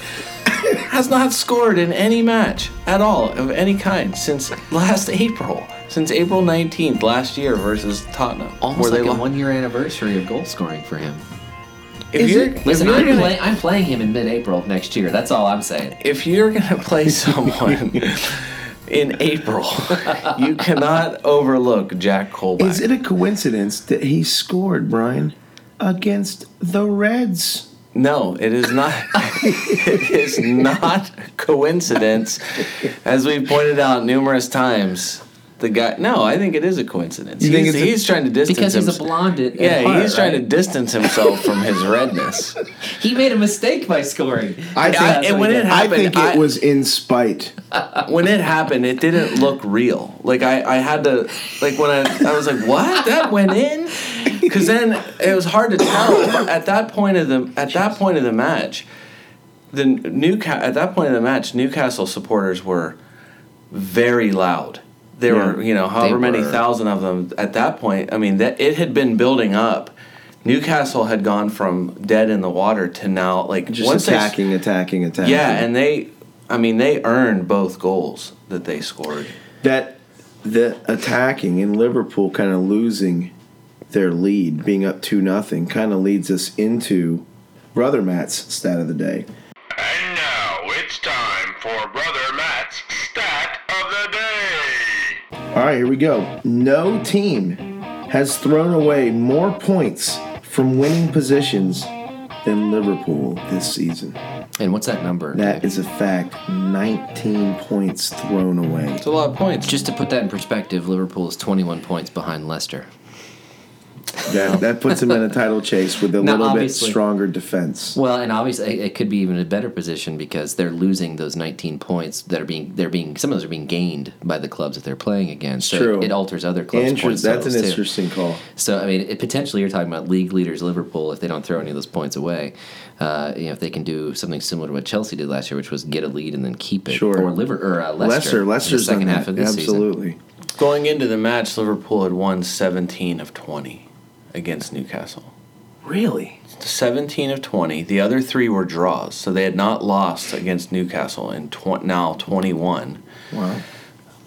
[SPEAKER 4] has not scored in any match at all of any kind since last April, since April 19th last year versus Tottenham.
[SPEAKER 3] Almost like a
[SPEAKER 4] lo-
[SPEAKER 3] one year anniversary of goal scoring for him.
[SPEAKER 4] If
[SPEAKER 2] Is
[SPEAKER 4] you're,
[SPEAKER 2] it-
[SPEAKER 4] if
[SPEAKER 3] Listen,
[SPEAKER 4] you're
[SPEAKER 3] I'm,
[SPEAKER 4] gonna,
[SPEAKER 3] play, I'm playing him in mid April of next year. That's all I'm saying.
[SPEAKER 4] if you're gonna play someone in April, you cannot overlook Jack Colback.
[SPEAKER 2] Is it a coincidence that he scored, Brian, against the Reds?
[SPEAKER 4] No, it is not. it is not coincidence, as we pointed out numerous times. the guy. No, I think it is a coincidence.
[SPEAKER 2] You think
[SPEAKER 4] he's,
[SPEAKER 2] it's a-
[SPEAKER 4] he's trying to distance
[SPEAKER 3] because he's a
[SPEAKER 4] hims-
[SPEAKER 3] blonde. At, at
[SPEAKER 4] Yeah,
[SPEAKER 3] heart,
[SPEAKER 4] he's trying to
[SPEAKER 3] right?
[SPEAKER 4] distance himself from his redness.
[SPEAKER 3] He made a mistake by scoring.
[SPEAKER 2] I think-
[SPEAKER 3] That's
[SPEAKER 4] I-
[SPEAKER 3] what
[SPEAKER 4] when
[SPEAKER 3] he
[SPEAKER 4] it
[SPEAKER 3] did.
[SPEAKER 2] I
[SPEAKER 4] happened,
[SPEAKER 2] think it
[SPEAKER 4] I-
[SPEAKER 2] was in spite.
[SPEAKER 4] when it happened, it didn't look real. Like I, I had to, like when I, I was like, what? That went in? Because then it was hard to tell. But at that point of the, at that point of the match, the Newcastle at that point of the match, Newcastle supporters were very loud. There
[SPEAKER 2] Yeah.
[SPEAKER 4] were, you know, however many
[SPEAKER 3] were.
[SPEAKER 4] thousand of them at that point. I mean, that it had been building up. Newcastle had gone from dead in the water to now like
[SPEAKER 2] Just
[SPEAKER 4] once they-
[SPEAKER 2] attacking, attacking, attacking.
[SPEAKER 4] yeah, and they, I mean, they earned both goals that they scored.
[SPEAKER 2] that the attacking in Liverpool kind of losing their lead, being up two nothing, kind of leads us into Brother Matt's stat of the day.
[SPEAKER 5] And now it's time for Brother Matt's Stat of the Day.
[SPEAKER 2] All right, here we go. No team has thrown away more points from winning positions than Liverpool this season.
[SPEAKER 3] And what's that number?
[SPEAKER 2] That is a fact. 19 points thrown away.
[SPEAKER 4] It's a lot of points.
[SPEAKER 3] Just to put that in perspective, Liverpool is 21 points behind Leicester.
[SPEAKER 2] That, that puts him in a title chase with a
[SPEAKER 3] Now,
[SPEAKER 2] little bit
[SPEAKER 3] obviously-
[SPEAKER 2] stronger defense.
[SPEAKER 3] Well, and obviously it could be even a better position because they're losing those 19 points that are being they're being some of those are being gained by the clubs that they're playing against. So
[SPEAKER 2] True.
[SPEAKER 3] It, it alters other clubs'
[SPEAKER 2] Inter-
[SPEAKER 3] points.
[SPEAKER 2] that's an
[SPEAKER 3] totals, too.
[SPEAKER 2] interesting call.
[SPEAKER 3] So I mean, it, potentially you're talking about league leaders Liverpool if they don't throw any of those points away. Uh, you know, if they can do something similar to what Chelsea did last year, which was get a lead and then keep it,
[SPEAKER 2] Sure.
[SPEAKER 3] or Liver or uh,
[SPEAKER 2] Leicester,
[SPEAKER 3] Leicester, in the
[SPEAKER 2] Leicester's done
[SPEAKER 3] second
[SPEAKER 2] that.
[SPEAKER 3] half of this season.
[SPEAKER 2] Absolutely.
[SPEAKER 4] Going into the match, Liverpool had won 17 of 20 against Newcastle.
[SPEAKER 2] Really?
[SPEAKER 4] 17 of 20. The other three were draws, so they had not lost against Newcastle in tw- now 21.
[SPEAKER 2] Wow.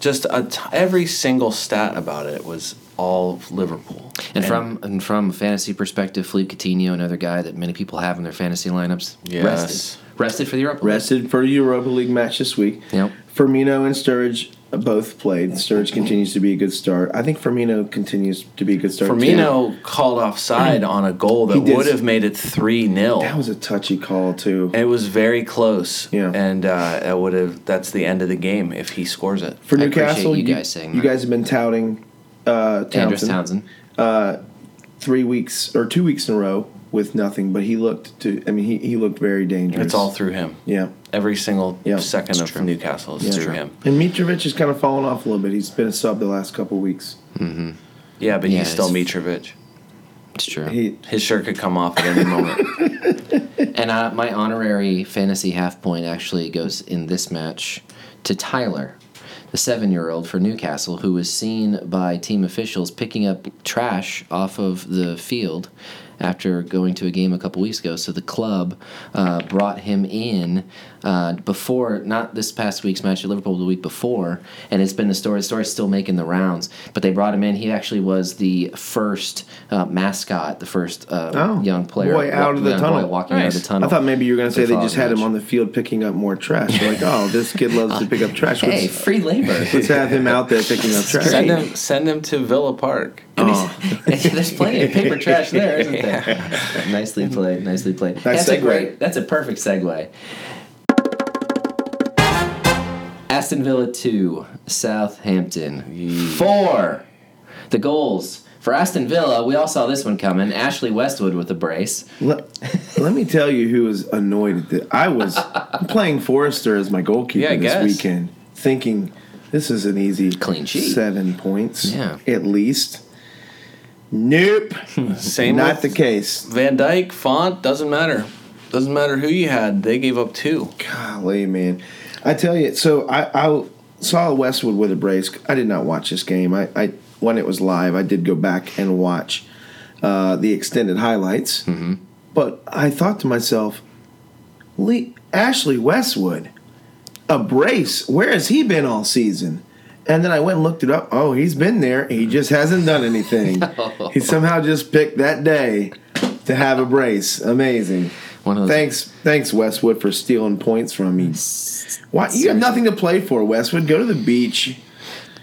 [SPEAKER 4] Just a t- every single stat about it was all Liverpool.
[SPEAKER 3] And from and from a fantasy perspective, Philippe Coutinho, another guy that many people have in their fantasy lineups,
[SPEAKER 4] Yes.
[SPEAKER 3] rested, rested for the Europa. League.
[SPEAKER 2] Rested for the Europa League match this week.
[SPEAKER 3] Yep.
[SPEAKER 2] Firmino and Sturridge both played. Sturridge continues to be a good start. I think Firmino continues to be a good start. too.
[SPEAKER 4] Firmino called offside on a goal that
[SPEAKER 2] He did
[SPEAKER 4] would
[SPEAKER 2] s-
[SPEAKER 4] have made it 3
[SPEAKER 2] That
[SPEAKER 4] 0.
[SPEAKER 2] was a touchy call too.
[SPEAKER 4] It was very close.
[SPEAKER 2] Yeah.
[SPEAKER 4] And uh, it would have that's the end of the game if he scores it.
[SPEAKER 2] For
[SPEAKER 3] I appreciate
[SPEAKER 2] Newcastle,
[SPEAKER 3] you
[SPEAKER 2] you,
[SPEAKER 3] guys saying
[SPEAKER 2] you
[SPEAKER 3] that.
[SPEAKER 2] guys have been touting uh,
[SPEAKER 3] Andrews
[SPEAKER 2] Townsend,
[SPEAKER 3] Townsend.
[SPEAKER 2] three weeks or two weeks in a row with nothing, but he looked to. I mean, he, he looked very dangerous.
[SPEAKER 4] It's all through him.
[SPEAKER 2] Yeah.
[SPEAKER 4] Every single
[SPEAKER 2] Yeah.
[SPEAKER 4] second of Newcastle is
[SPEAKER 2] Yeah.
[SPEAKER 4] through him.
[SPEAKER 2] And Mitrovic has kind of fallen off a little bit. He's been a sub the last couple of weeks.
[SPEAKER 4] Yeah, but
[SPEAKER 3] Yeah,
[SPEAKER 4] he's still
[SPEAKER 3] it's-
[SPEAKER 4] Mitrovic.
[SPEAKER 3] It's true.
[SPEAKER 2] He
[SPEAKER 4] His shirt could come off at any moment.
[SPEAKER 3] And uh, my honorary fantasy half point actually goes in this match to Tyler, the seven year old for Newcastle, who was seen by team officials picking up trash off of the field after going to a game a couple weeks ago. So the club uh, brought him in uh, before, not this past week's match at Liverpool, the week before. And it's been the story. The story's still making the rounds. But they brought him in. He actually was the first uh, mascot, the first uh,
[SPEAKER 2] Oh,
[SPEAKER 3] young player.
[SPEAKER 2] boy out of the
[SPEAKER 3] young boy
[SPEAKER 2] tunnel.
[SPEAKER 3] walking out of the
[SPEAKER 4] Nice.
[SPEAKER 3] tunnel.
[SPEAKER 2] I thought maybe you were going to say they just had him
[SPEAKER 3] Match.
[SPEAKER 2] on the field picking up more trash. You're like, oh, this kid loves to pick up trash.
[SPEAKER 3] Hey,
[SPEAKER 2] Let's,
[SPEAKER 3] free labor.
[SPEAKER 2] let's have him out there picking up trash.
[SPEAKER 4] send him send him to Villa Park.
[SPEAKER 3] There's plenty of paper trash there, isn't there? nicely played, nicely played. that's a
[SPEAKER 2] segue.
[SPEAKER 3] great. That's a perfect segue. Aston Villa two, Southampton four. The goals for Aston Villa. We all saw this one coming. Ashley Westwood with a brace.
[SPEAKER 2] Let, let me tell you who was annoyed at this. I was playing Forrester as my goalkeeper
[SPEAKER 4] Yeah, I
[SPEAKER 2] this
[SPEAKER 4] guess.
[SPEAKER 2] weekend, thinking this is an easy
[SPEAKER 3] Clean sheet.
[SPEAKER 2] seven points,
[SPEAKER 3] Yeah.
[SPEAKER 2] at least. Nope,
[SPEAKER 4] Same
[SPEAKER 2] not the
[SPEAKER 4] with
[SPEAKER 2] case.
[SPEAKER 4] Van Dyke, Font, doesn't matter. Doesn't matter who you had, they gave up two.
[SPEAKER 2] Golly, man, I tell you. So I, I saw Westwood with a brace. I did not watch this game. I, I when it was live, I did go back and watch uh, the extended highlights. But I thought to myself, Lee, Ashley Westwood, a brace. Where has he been all season? And then I went and looked it up. Oh, he's been there. He just hasn't done anything. He somehow just picked that day to have a brace. Amazing.
[SPEAKER 3] One of those-
[SPEAKER 2] Thanks, thanks Westwood for stealing points from me. Why you have nothing to play for, Westwood? Go to the beach.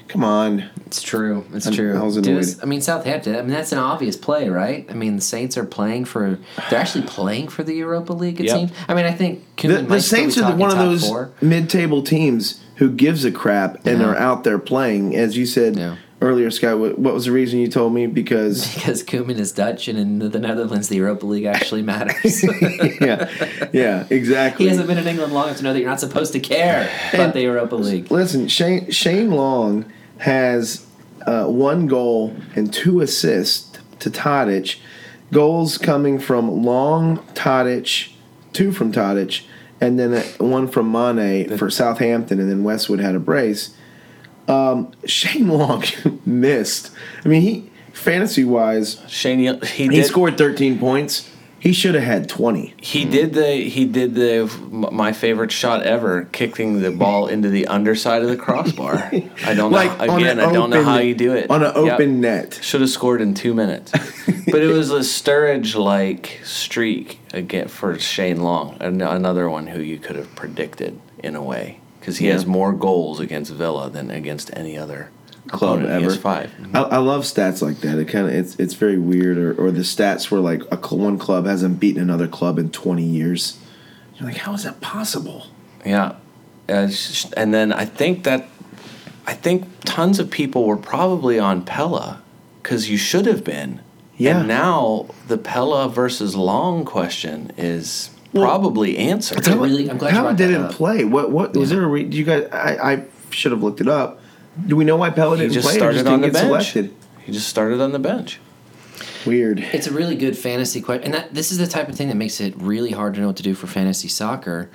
[SPEAKER 2] Come on.
[SPEAKER 3] It's true. It's true.
[SPEAKER 2] I was
[SPEAKER 3] Dude,
[SPEAKER 2] annoyed.
[SPEAKER 3] it's- I mean, Southampton. I mean, that's an obvious play, right? I mean, the Saints are playing for. They're actually playing for the Europa League. It
[SPEAKER 4] Yep.
[SPEAKER 3] seems. I mean, I think
[SPEAKER 2] The,
[SPEAKER 3] Koeman
[SPEAKER 2] the
[SPEAKER 3] might still be
[SPEAKER 2] Saints are the-
[SPEAKER 3] talking
[SPEAKER 2] one of
[SPEAKER 3] top
[SPEAKER 2] those
[SPEAKER 3] four.
[SPEAKER 2] mid-table teams who gives a crap and
[SPEAKER 3] Yeah.
[SPEAKER 2] are out there playing. As you said
[SPEAKER 3] Yeah.
[SPEAKER 2] earlier, Sky, what what was the reason you told me? Because
[SPEAKER 3] Because Koeman is Dutch, and in the Netherlands, the Europa League actually matters.
[SPEAKER 2] yeah, yeah, exactly.
[SPEAKER 3] he hasn't been in England long enough to know that you're not supposed to care about the Europa League.
[SPEAKER 2] Listen, Shane Shane Long has uh, one goal and two assists to Tadic. Goals coming from Long, Tadic, two from Tadic, and then a, one from Mane for Southampton, and then Westwood had a brace. Um, Shane Long missed. I mean, he fantasy wise,
[SPEAKER 4] Shane, Yo- he
[SPEAKER 2] he
[SPEAKER 4] did,
[SPEAKER 2] scored 13 points. He should have had 20.
[SPEAKER 4] He did the he did the m- my favorite shot ever, kicking the ball into the underside of the crossbar. I don't
[SPEAKER 2] Like
[SPEAKER 4] know
[SPEAKER 2] on
[SPEAKER 4] again.
[SPEAKER 2] an
[SPEAKER 4] I don't know how
[SPEAKER 2] open-
[SPEAKER 4] you do it
[SPEAKER 2] on an
[SPEAKER 4] Yep.
[SPEAKER 2] open net.
[SPEAKER 4] Should have scored in two minutes, but it was a Sturridge like streak again for Shane Long, an- another one who you could have predicted in a way because he has more goals against Villa than against any other
[SPEAKER 2] Club
[SPEAKER 4] opponent. He has
[SPEAKER 2] ever.
[SPEAKER 4] five.
[SPEAKER 2] I, I love stats like that. It kind of it's it's very weird, or, or the stats where like a cl- one club hasn't beaten another club in twenty years. You're like, how is that possible?
[SPEAKER 4] Yeah, Uh, sh- and then I think that I think tons of people were probably on Pella because you should have been.
[SPEAKER 2] Yeah.
[SPEAKER 4] And now the Pella versus Long question is probably answered.
[SPEAKER 3] It's a really, I'm glad you
[SPEAKER 2] how
[SPEAKER 3] brought
[SPEAKER 2] did
[SPEAKER 3] that
[SPEAKER 2] it
[SPEAKER 3] up.
[SPEAKER 2] play? What what was there? A re- do you guys? I, I should have looked it up. Do we know why Pella
[SPEAKER 4] He
[SPEAKER 2] didn't
[SPEAKER 4] just
[SPEAKER 2] play? or
[SPEAKER 4] started
[SPEAKER 2] didn't
[SPEAKER 4] on the
[SPEAKER 2] get
[SPEAKER 4] bench.
[SPEAKER 2] selected?
[SPEAKER 4] He just started on the bench.
[SPEAKER 2] Weird.
[SPEAKER 3] It's a really good fantasy question, and that this is the type of thing that makes it really hard to know what to do for fantasy soccer.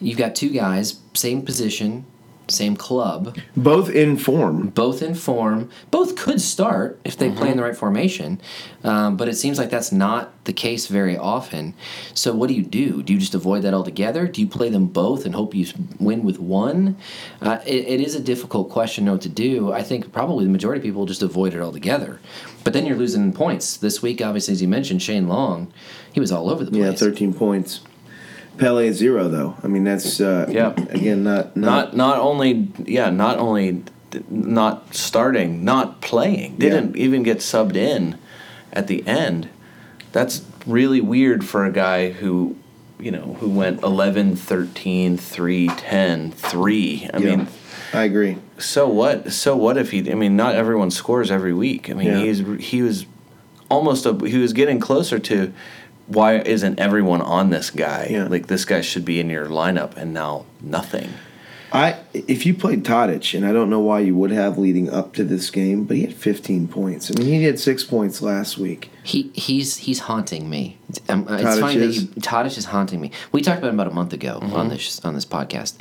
[SPEAKER 3] You've got two guys, same position, same club,
[SPEAKER 2] Both in form.
[SPEAKER 3] both in form, both could start if they play in the right formation, um, but it seems like that's not the case very often. So what do you do? Do you just avoid that altogether? Do you play them both and hope you s- win with one? Uh, it, it is a difficult question to know what to do. I think probably the majority of people just avoid it altogether. But then you're losing points. This week, obviously, as you mentioned, Shane Long, he was all over the place.
[SPEAKER 2] Yeah, thirteen points. Pele is zero though. I mean that's uh,
[SPEAKER 4] Yeah.
[SPEAKER 2] Again, not not.
[SPEAKER 4] Not not only yeah, not only d- not starting, not playing. Didn't even get subbed in at the end. That's really weird for a guy who you know, who went 11 13 3 10 3. I
[SPEAKER 2] yeah,
[SPEAKER 4] mean,
[SPEAKER 2] I agree.
[SPEAKER 4] so what? So what if he? I mean, not everyone scores every week. I mean,
[SPEAKER 2] Yeah.
[SPEAKER 4] he's he was almost a, he was getting closer to why isn't everyone on this guy?
[SPEAKER 2] Yeah.
[SPEAKER 4] Like this guy should be in your lineup, and now nothing.
[SPEAKER 2] I if you played Tadic, and I don't know why you would have leading up to this game, but he had 15 points. I mean, he had six points last week.
[SPEAKER 3] He he's he's haunting me. Um, uh, it's
[SPEAKER 2] Tadic
[SPEAKER 3] funny that
[SPEAKER 2] is? Mm-hmm.
[SPEAKER 3] you, Tadic is haunting me. We talked about him about a month ago on this on this podcast,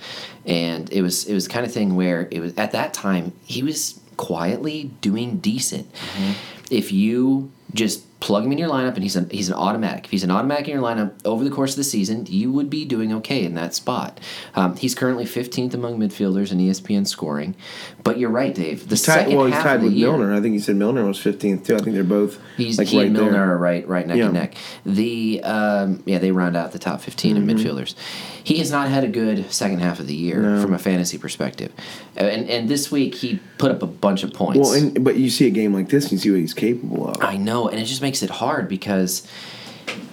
[SPEAKER 3] and it was it was the kind of thing where it was at that time he was quietly doing decent.
[SPEAKER 2] Mm-hmm.
[SPEAKER 3] If you just plug him in your lineup and he's an, he's an automatic. If he's an automatic in your lineup over the course of the season, you would be doing okay in that spot. Um, he's currently 15th among midfielders in E ESPN scoring, but you're right, Dave. The
[SPEAKER 2] Tied,
[SPEAKER 3] second
[SPEAKER 2] well, he's
[SPEAKER 3] half
[SPEAKER 2] tied
[SPEAKER 3] of the
[SPEAKER 2] with
[SPEAKER 3] year,
[SPEAKER 2] Milner. I think you said Milner was 15th too. I think they're both
[SPEAKER 3] He's,
[SPEAKER 2] like
[SPEAKER 3] he
[SPEAKER 2] right
[SPEAKER 3] and Milner
[SPEAKER 2] there.
[SPEAKER 3] are right, right neck
[SPEAKER 2] Yeah.
[SPEAKER 3] and neck. The um, yeah, they round out the top 15 in
[SPEAKER 2] Mm-hmm.
[SPEAKER 3] midfielders. He has not had a good second half of the year from a fantasy perspective, Uh, and and this week he put up a bunch of points.
[SPEAKER 2] Well, and, but you see a game like this, and you see what he's capable of.
[SPEAKER 3] I know, and it just makes it hard because,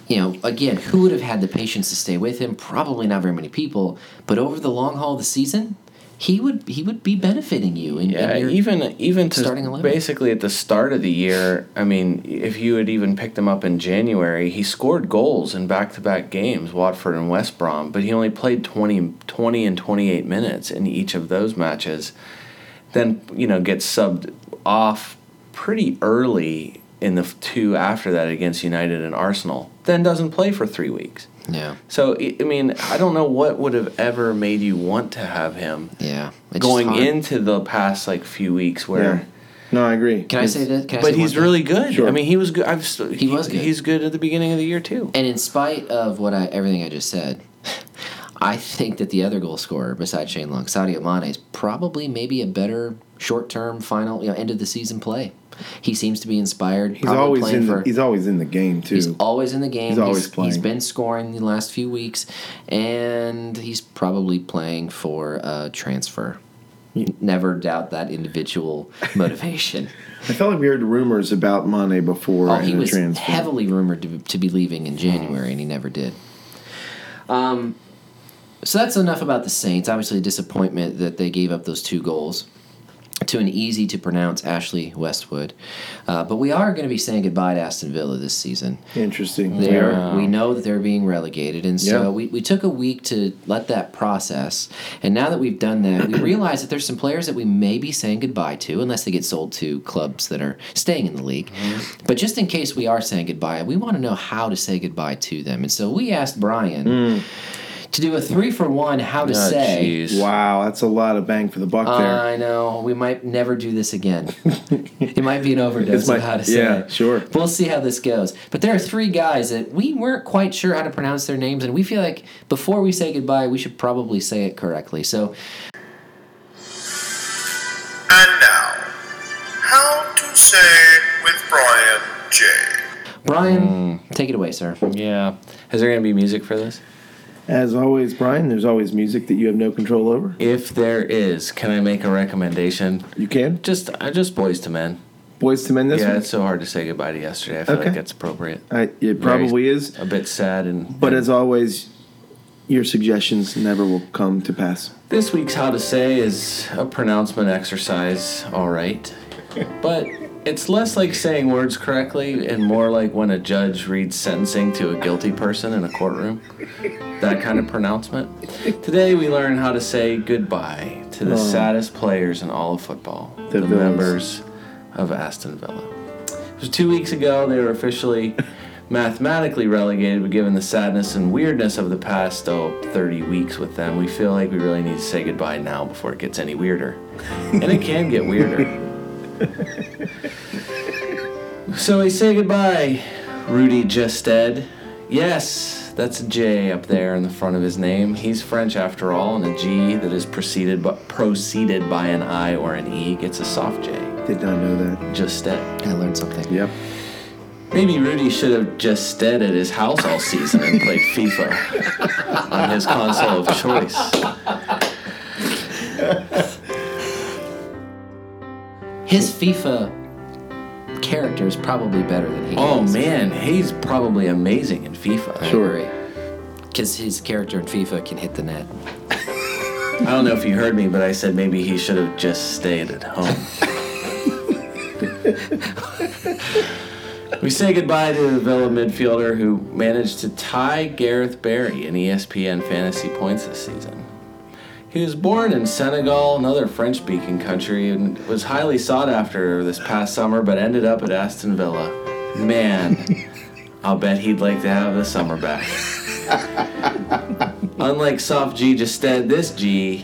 [SPEAKER 3] you know, again, who would have had the patience to stay with him? Probably not very many people. But over the long haul of the season, he would he would be benefiting you. In, in
[SPEAKER 4] Yeah,
[SPEAKER 3] your-
[SPEAKER 4] even even to
[SPEAKER 3] starting 11.
[SPEAKER 4] basically at the start of the year. I mean, if you had even picked him up in January, he scored goals in back to back games, Watford and West Brom, but he only played 20, 20 and twenty eight minutes in each of those matches. Then you know gets subbed off pretty early in the f- two after that against United and Arsenal. Then doesn't play for three weeks.
[SPEAKER 3] yeah,
[SPEAKER 4] So I I mean, I don't know what would have ever made you want to have him
[SPEAKER 3] yeah, It's just
[SPEAKER 4] going
[SPEAKER 3] hard.
[SPEAKER 4] into the past like few weeks where
[SPEAKER 2] yeah. No, I agree.
[SPEAKER 3] Can I say this? Can I
[SPEAKER 4] but
[SPEAKER 3] say one
[SPEAKER 4] he's
[SPEAKER 3] thing?
[SPEAKER 4] really good
[SPEAKER 2] Sure.
[SPEAKER 4] i mean he was good i've st- he,
[SPEAKER 3] was good.
[SPEAKER 4] he's good at the beginning of the year too
[SPEAKER 3] And in spite of what I everything I just said, I think that the other goal scorer besides Shane Long, Sadio Mane, is probably maybe a better short term final, you know, end of the season play. He seems to be inspired.
[SPEAKER 2] He's always in. The,
[SPEAKER 3] for,
[SPEAKER 2] he's always in the game too.
[SPEAKER 3] he's always in the game.
[SPEAKER 2] He's always
[SPEAKER 3] He's
[SPEAKER 2] playing.
[SPEAKER 3] been scoring the last few weeks, and he's probably playing for a transfer. Never doubt that individual motivation.
[SPEAKER 2] I felt like we heard rumors about Mane before
[SPEAKER 3] Oh,
[SPEAKER 2] and
[SPEAKER 3] he
[SPEAKER 2] the
[SPEAKER 3] was
[SPEAKER 2] transfer.
[SPEAKER 3] heavily rumored to, to be leaving in January, and he never did. Um, So that's enough about the Saints. Obviously, a disappointment that they gave up those two goals to an easy to pronounce Ashley Westwood. Uh, but we are going to be saying goodbye to Aston Villa this season.
[SPEAKER 2] Interesting.
[SPEAKER 3] They are-
[SPEAKER 4] Wow.
[SPEAKER 3] we know that they're being relegated, and so
[SPEAKER 2] Yeah.
[SPEAKER 3] we, we took a week to let that process. And now that we've done that, we realize that there's some players that we may be saying goodbye to, unless they get sold to clubs that are staying in the league. But just in case we are saying goodbye, we want to know how to say goodbye to them. And so we asked Brian to do a three for one how to
[SPEAKER 1] Oh,
[SPEAKER 3] say.
[SPEAKER 1] jeez.
[SPEAKER 2] Wow, that's a lot of bang for the buck there.
[SPEAKER 3] I know. We might never do this again. it might be an overdose
[SPEAKER 2] It's my-
[SPEAKER 3] of how to say
[SPEAKER 2] yeah,
[SPEAKER 3] it.
[SPEAKER 2] sure.
[SPEAKER 3] We'll see how this goes. But there are three guys that we weren't quite sure how to pronounce their names, and we feel like before we say goodbye, we should probably say it correctly. So
[SPEAKER 6] And now, how to say with Brian J.
[SPEAKER 3] Brian, take it away, sir.
[SPEAKER 4] Yeah. Is there going to be music for this?
[SPEAKER 2] As always, Brian, there's always music that you have no control over.
[SPEAKER 4] If there is, can I make a recommendation?
[SPEAKER 2] You can.
[SPEAKER 4] Just, I just boys to men.
[SPEAKER 2] Boys to Men this
[SPEAKER 4] yeah,
[SPEAKER 2] one?
[SPEAKER 4] it's so hard to say goodbye to yesterday. I feel
[SPEAKER 2] Okay.
[SPEAKER 4] like that's appropriate.
[SPEAKER 2] I, Uh, it probably is.
[SPEAKER 4] A bit sad and.
[SPEAKER 2] But as always, your suggestions never will come to pass.
[SPEAKER 4] This week's How to Say is a pronouncement exercise, alright. But it's less like saying words correctly and more like when a judge reads sentencing to a guilty person in a courtroom. That kind of pronouncement. Today we learn how to say goodbye to the saddest players in all of football
[SPEAKER 2] The
[SPEAKER 4] the,
[SPEAKER 2] villains.
[SPEAKER 4] members of Aston Villa. It was two weeks ago they were officially. Mathematically relegated, but given the sadness and weirdness of the past, though, 30 weeks with them, we feel like we really need to say goodbye now before it gets any weirder. And it can get weirder. So we say goodbye, Rudy Justed. Yes, that's a J up there in the front of his name. He's French after all, and a G that is preceded by, preceded by an I or an E gets a soft J.
[SPEAKER 2] Did not know that.
[SPEAKER 4] Justed.
[SPEAKER 3] I learned something.
[SPEAKER 2] Yep.
[SPEAKER 4] Maybe Rudy should have just stayed at his house all season and played FIFA on his console of choice.
[SPEAKER 3] His FIFA character is probably better than he
[SPEAKER 4] Oh
[SPEAKER 3] is.
[SPEAKER 4] man, he's probably amazing in FIFA.
[SPEAKER 3] Sure. Because his character in FIFA can hit the net.
[SPEAKER 4] I don't know if you heard me, but I said maybe he should have just stayed at home. we say goodbye to the Villa midfielder who managed to tie Gareth Barry in E ESPN fantasy points this season. He was born in Senegal, another French speaking country, and was highly sought after this past summer, but ended up at Aston Villa. Man, I'll bet he'd like to have the summer back. Unlike Soft G just said, this G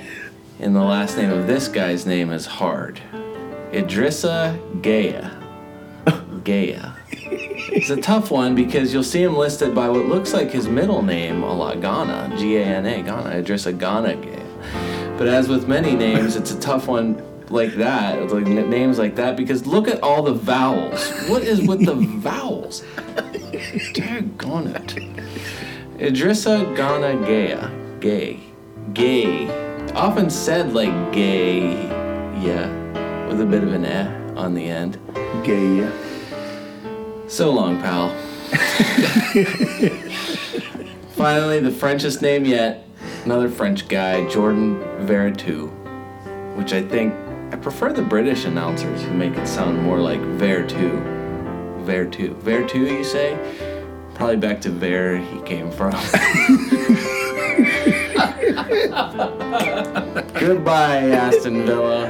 [SPEAKER 4] in the last name of this guy's name is hard. Idrissa Gaya. Gaya. It's a tough one because you'll see him listed by what looks like his middle name a lot Ghana, G A N A, Ghana, Idrissa Ghana Gaya. But as with many names, it's a tough one like that, like n- names like that, because look at all the vowels. What is with the vowels? Daggone it. Idrissa Ghana Gaya. Gay. Gay. Often said like gay. Yeah. With a bit of an eh on the end.
[SPEAKER 2] Gay. yeah.
[SPEAKER 4] So long, pal. Finally, the Frenchest name yet. Another French guy, Jordan Vertu, which I think I prefer the British announcers who make it sound more like Vertu. Vertu. Vertu, you say? Probably back to where he came from. Goodbye, Aston Villa.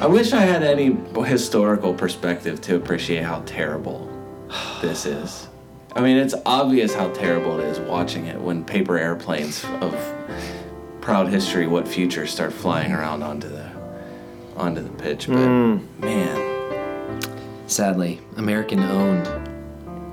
[SPEAKER 4] I wish I had any historical perspective to appreciate how terrible this is. I mean, it's obvious how terrible it is watching it when paper airplanes of proud history, what future, start flying around onto the onto the pitch. But
[SPEAKER 3] Hmm.
[SPEAKER 4] man,
[SPEAKER 3] Sadly, American owned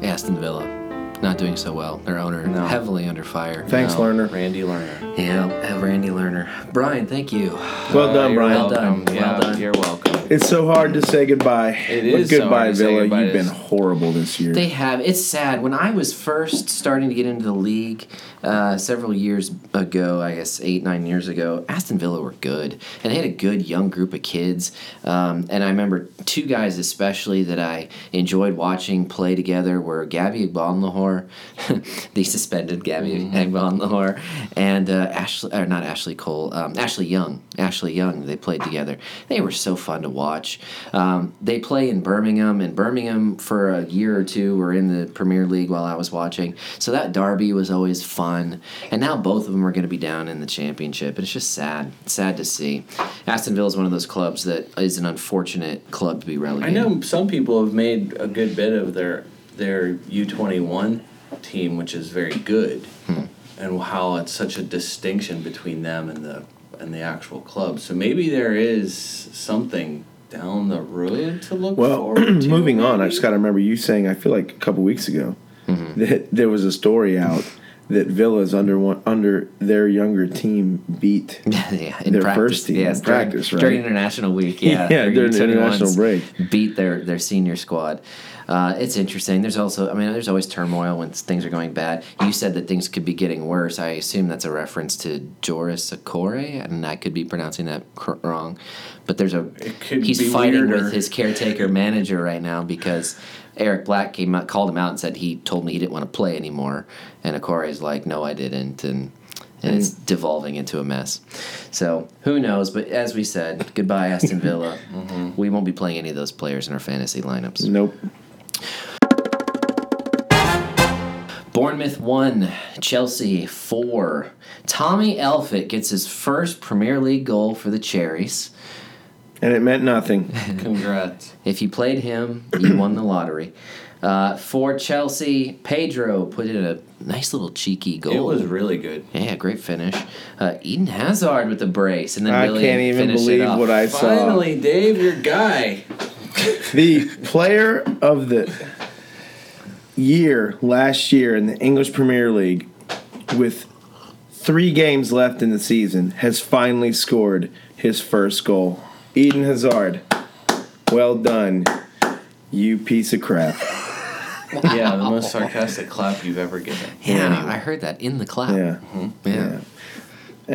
[SPEAKER 3] Aston Villa. Not doing so well. Their owner
[SPEAKER 4] No.
[SPEAKER 3] heavily under fire.
[SPEAKER 2] Thanks,
[SPEAKER 4] no,
[SPEAKER 2] Lerner.
[SPEAKER 4] Randy Lerner.
[SPEAKER 3] Yeah, Randy Lerner. Brian, thank you.
[SPEAKER 2] Well done,
[SPEAKER 4] You're
[SPEAKER 2] Brian.
[SPEAKER 3] Well done.
[SPEAKER 4] welcome. Yeah,
[SPEAKER 3] Well done.
[SPEAKER 4] You're welcome.
[SPEAKER 2] It's so hard to say goodbye. It
[SPEAKER 4] is so
[SPEAKER 2] goodbye,
[SPEAKER 4] hard to say
[SPEAKER 2] Villa.
[SPEAKER 4] goodbye
[SPEAKER 2] You've
[SPEAKER 4] to
[SPEAKER 2] been
[SPEAKER 4] this-
[SPEAKER 2] horrible this year.
[SPEAKER 3] They have. It's sad. When I was first starting to get into the league uh, several years ago, I guess eight, nine years ago, Aston Villa were good. And they had a good young group of kids. Um, and I remember two guys especially that I enjoyed watching play together were Gabby Agbonlahor, the suspended Gabby Agbonlahor, and uh, Ashley, or not Ashley Cole, um, Ashley Young. Ashley Young, they played together. They were so fun to watch. Um, they play in Birmingham, and Birmingham for a year or two were in the Premier League while I was watching. So that derby was always fun. And now both of them are going to be down in the championship. It's just sad, sad to see. Aston Villa is one of those clubs that is an unfortunate club to be
[SPEAKER 4] I
[SPEAKER 3] relegated.
[SPEAKER 4] know some people have made a good bit of their their U twenty one team, which is very good,
[SPEAKER 2] Hmm.
[SPEAKER 4] and how it's such a distinction between them and the and the actual club. So maybe there is something down the road to look
[SPEAKER 2] well,
[SPEAKER 4] forward to.
[SPEAKER 2] moving on, I
[SPEAKER 4] maybe?
[SPEAKER 2] just got to remember you saying, I feel like a couple weeks ago,
[SPEAKER 4] Mm-hmm.
[SPEAKER 2] that there was a story out that Villa's under one, under their younger team beat.
[SPEAKER 3] yeah, in
[SPEAKER 2] Their
[SPEAKER 3] practice,
[SPEAKER 2] first team,
[SPEAKER 3] yes,
[SPEAKER 2] in
[SPEAKER 3] during-
[SPEAKER 2] practice, right?
[SPEAKER 3] during international week, yeah,
[SPEAKER 2] Yeah, during the international
[SPEAKER 3] 21s,
[SPEAKER 2] break.
[SPEAKER 3] beat their their senior squad. Uh, it's interesting. There's also, I mean, there's always turmoil when things are going bad. You said that things could be getting worse. I assume that's a reference to Joris Okore, and I could be pronouncing that cr- wrong. But there's a
[SPEAKER 4] could
[SPEAKER 3] he's
[SPEAKER 4] be
[SPEAKER 3] fighting
[SPEAKER 4] weirder.
[SPEAKER 3] with his caretaker manager right now because Eric Black came out, called him out, and said he told me he didn't want to play anymore. And Okore's like, no, I didn't, and and it's
[SPEAKER 2] Hmm.
[SPEAKER 3] devolving into a mess. So who knows? But as we said, goodbye Aston Villa.
[SPEAKER 2] Mm-hmm.
[SPEAKER 3] We won't be playing any of those players in our fantasy lineups.
[SPEAKER 2] Nope.
[SPEAKER 3] Bournemouth one, Chelsea four. Tommy Elphick gets his first Premier League goal for the Cherries.
[SPEAKER 2] And it meant nothing.
[SPEAKER 4] Congrats.
[SPEAKER 3] If you played him, you won the lottery. Uh, for Chelsea, Pedro put in a nice little cheeky goal.
[SPEAKER 4] It was really good.
[SPEAKER 3] yeah, great finish. Uh, Eden Hazard with the brace, and then
[SPEAKER 2] I
[SPEAKER 3] Willian
[SPEAKER 2] can't even
[SPEAKER 3] finished it
[SPEAKER 2] believe
[SPEAKER 3] off.
[SPEAKER 2] what I saw.
[SPEAKER 4] Finally, Dave, your guy.
[SPEAKER 2] the player of the year last year in the English Premier League with three games left in the season has finally scored his first goal. Eden Hazard. Well done. You piece of crap.
[SPEAKER 4] Yeah, the most sarcastic clap you've ever given.
[SPEAKER 3] Yeah, I heard that in the clap.
[SPEAKER 2] Yeah.
[SPEAKER 3] Yeah.
[SPEAKER 2] Uh,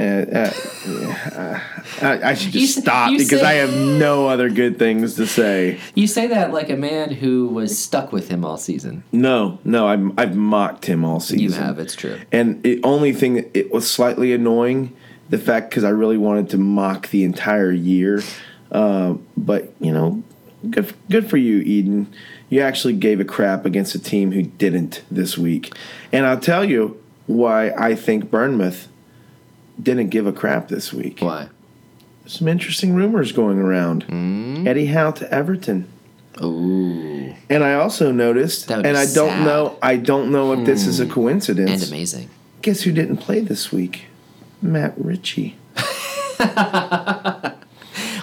[SPEAKER 2] uh, I, I should
[SPEAKER 3] You
[SPEAKER 2] just
[SPEAKER 3] s-
[SPEAKER 2] stop
[SPEAKER 3] you
[SPEAKER 2] because
[SPEAKER 3] said-
[SPEAKER 2] I have no other good things to say.
[SPEAKER 3] You say that like a man who was stuck with him all season.
[SPEAKER 2] No, no, I'm, I've mocked him all season.
[SPEAKER 3] You have, it's true.
[SPEAKER 2] And the only thing that it was slightly annoying, the fact because I really wanted to mock the entire year, uh, but you know, good good for you, Eden. You actually gave a crap against a team who didn't this week, and I'll tell you why I think Bournemouth didn't give a crap this week.
[SPEAKER 3] Why?
[SPEAKER 2] Some interesting rumors going around.
[SPEAKER 3] Hmm?
[SPEAKER 2] Eddie Howe to Everton.
[SPEAKER 3] Ooh,
[SPEAKER 2] And I also noticed,
[SPEAKER 3] That would be
[SPEAKER 2] and I don't
[SPEAKER 3] sad. Hmm.
[SPEAKER 2] know, I don't know if this is a coincidence.
[SPEAKER 3] and amazing.
[SPEAKER 2] Guess who didn't play this week? Matt Ritchie.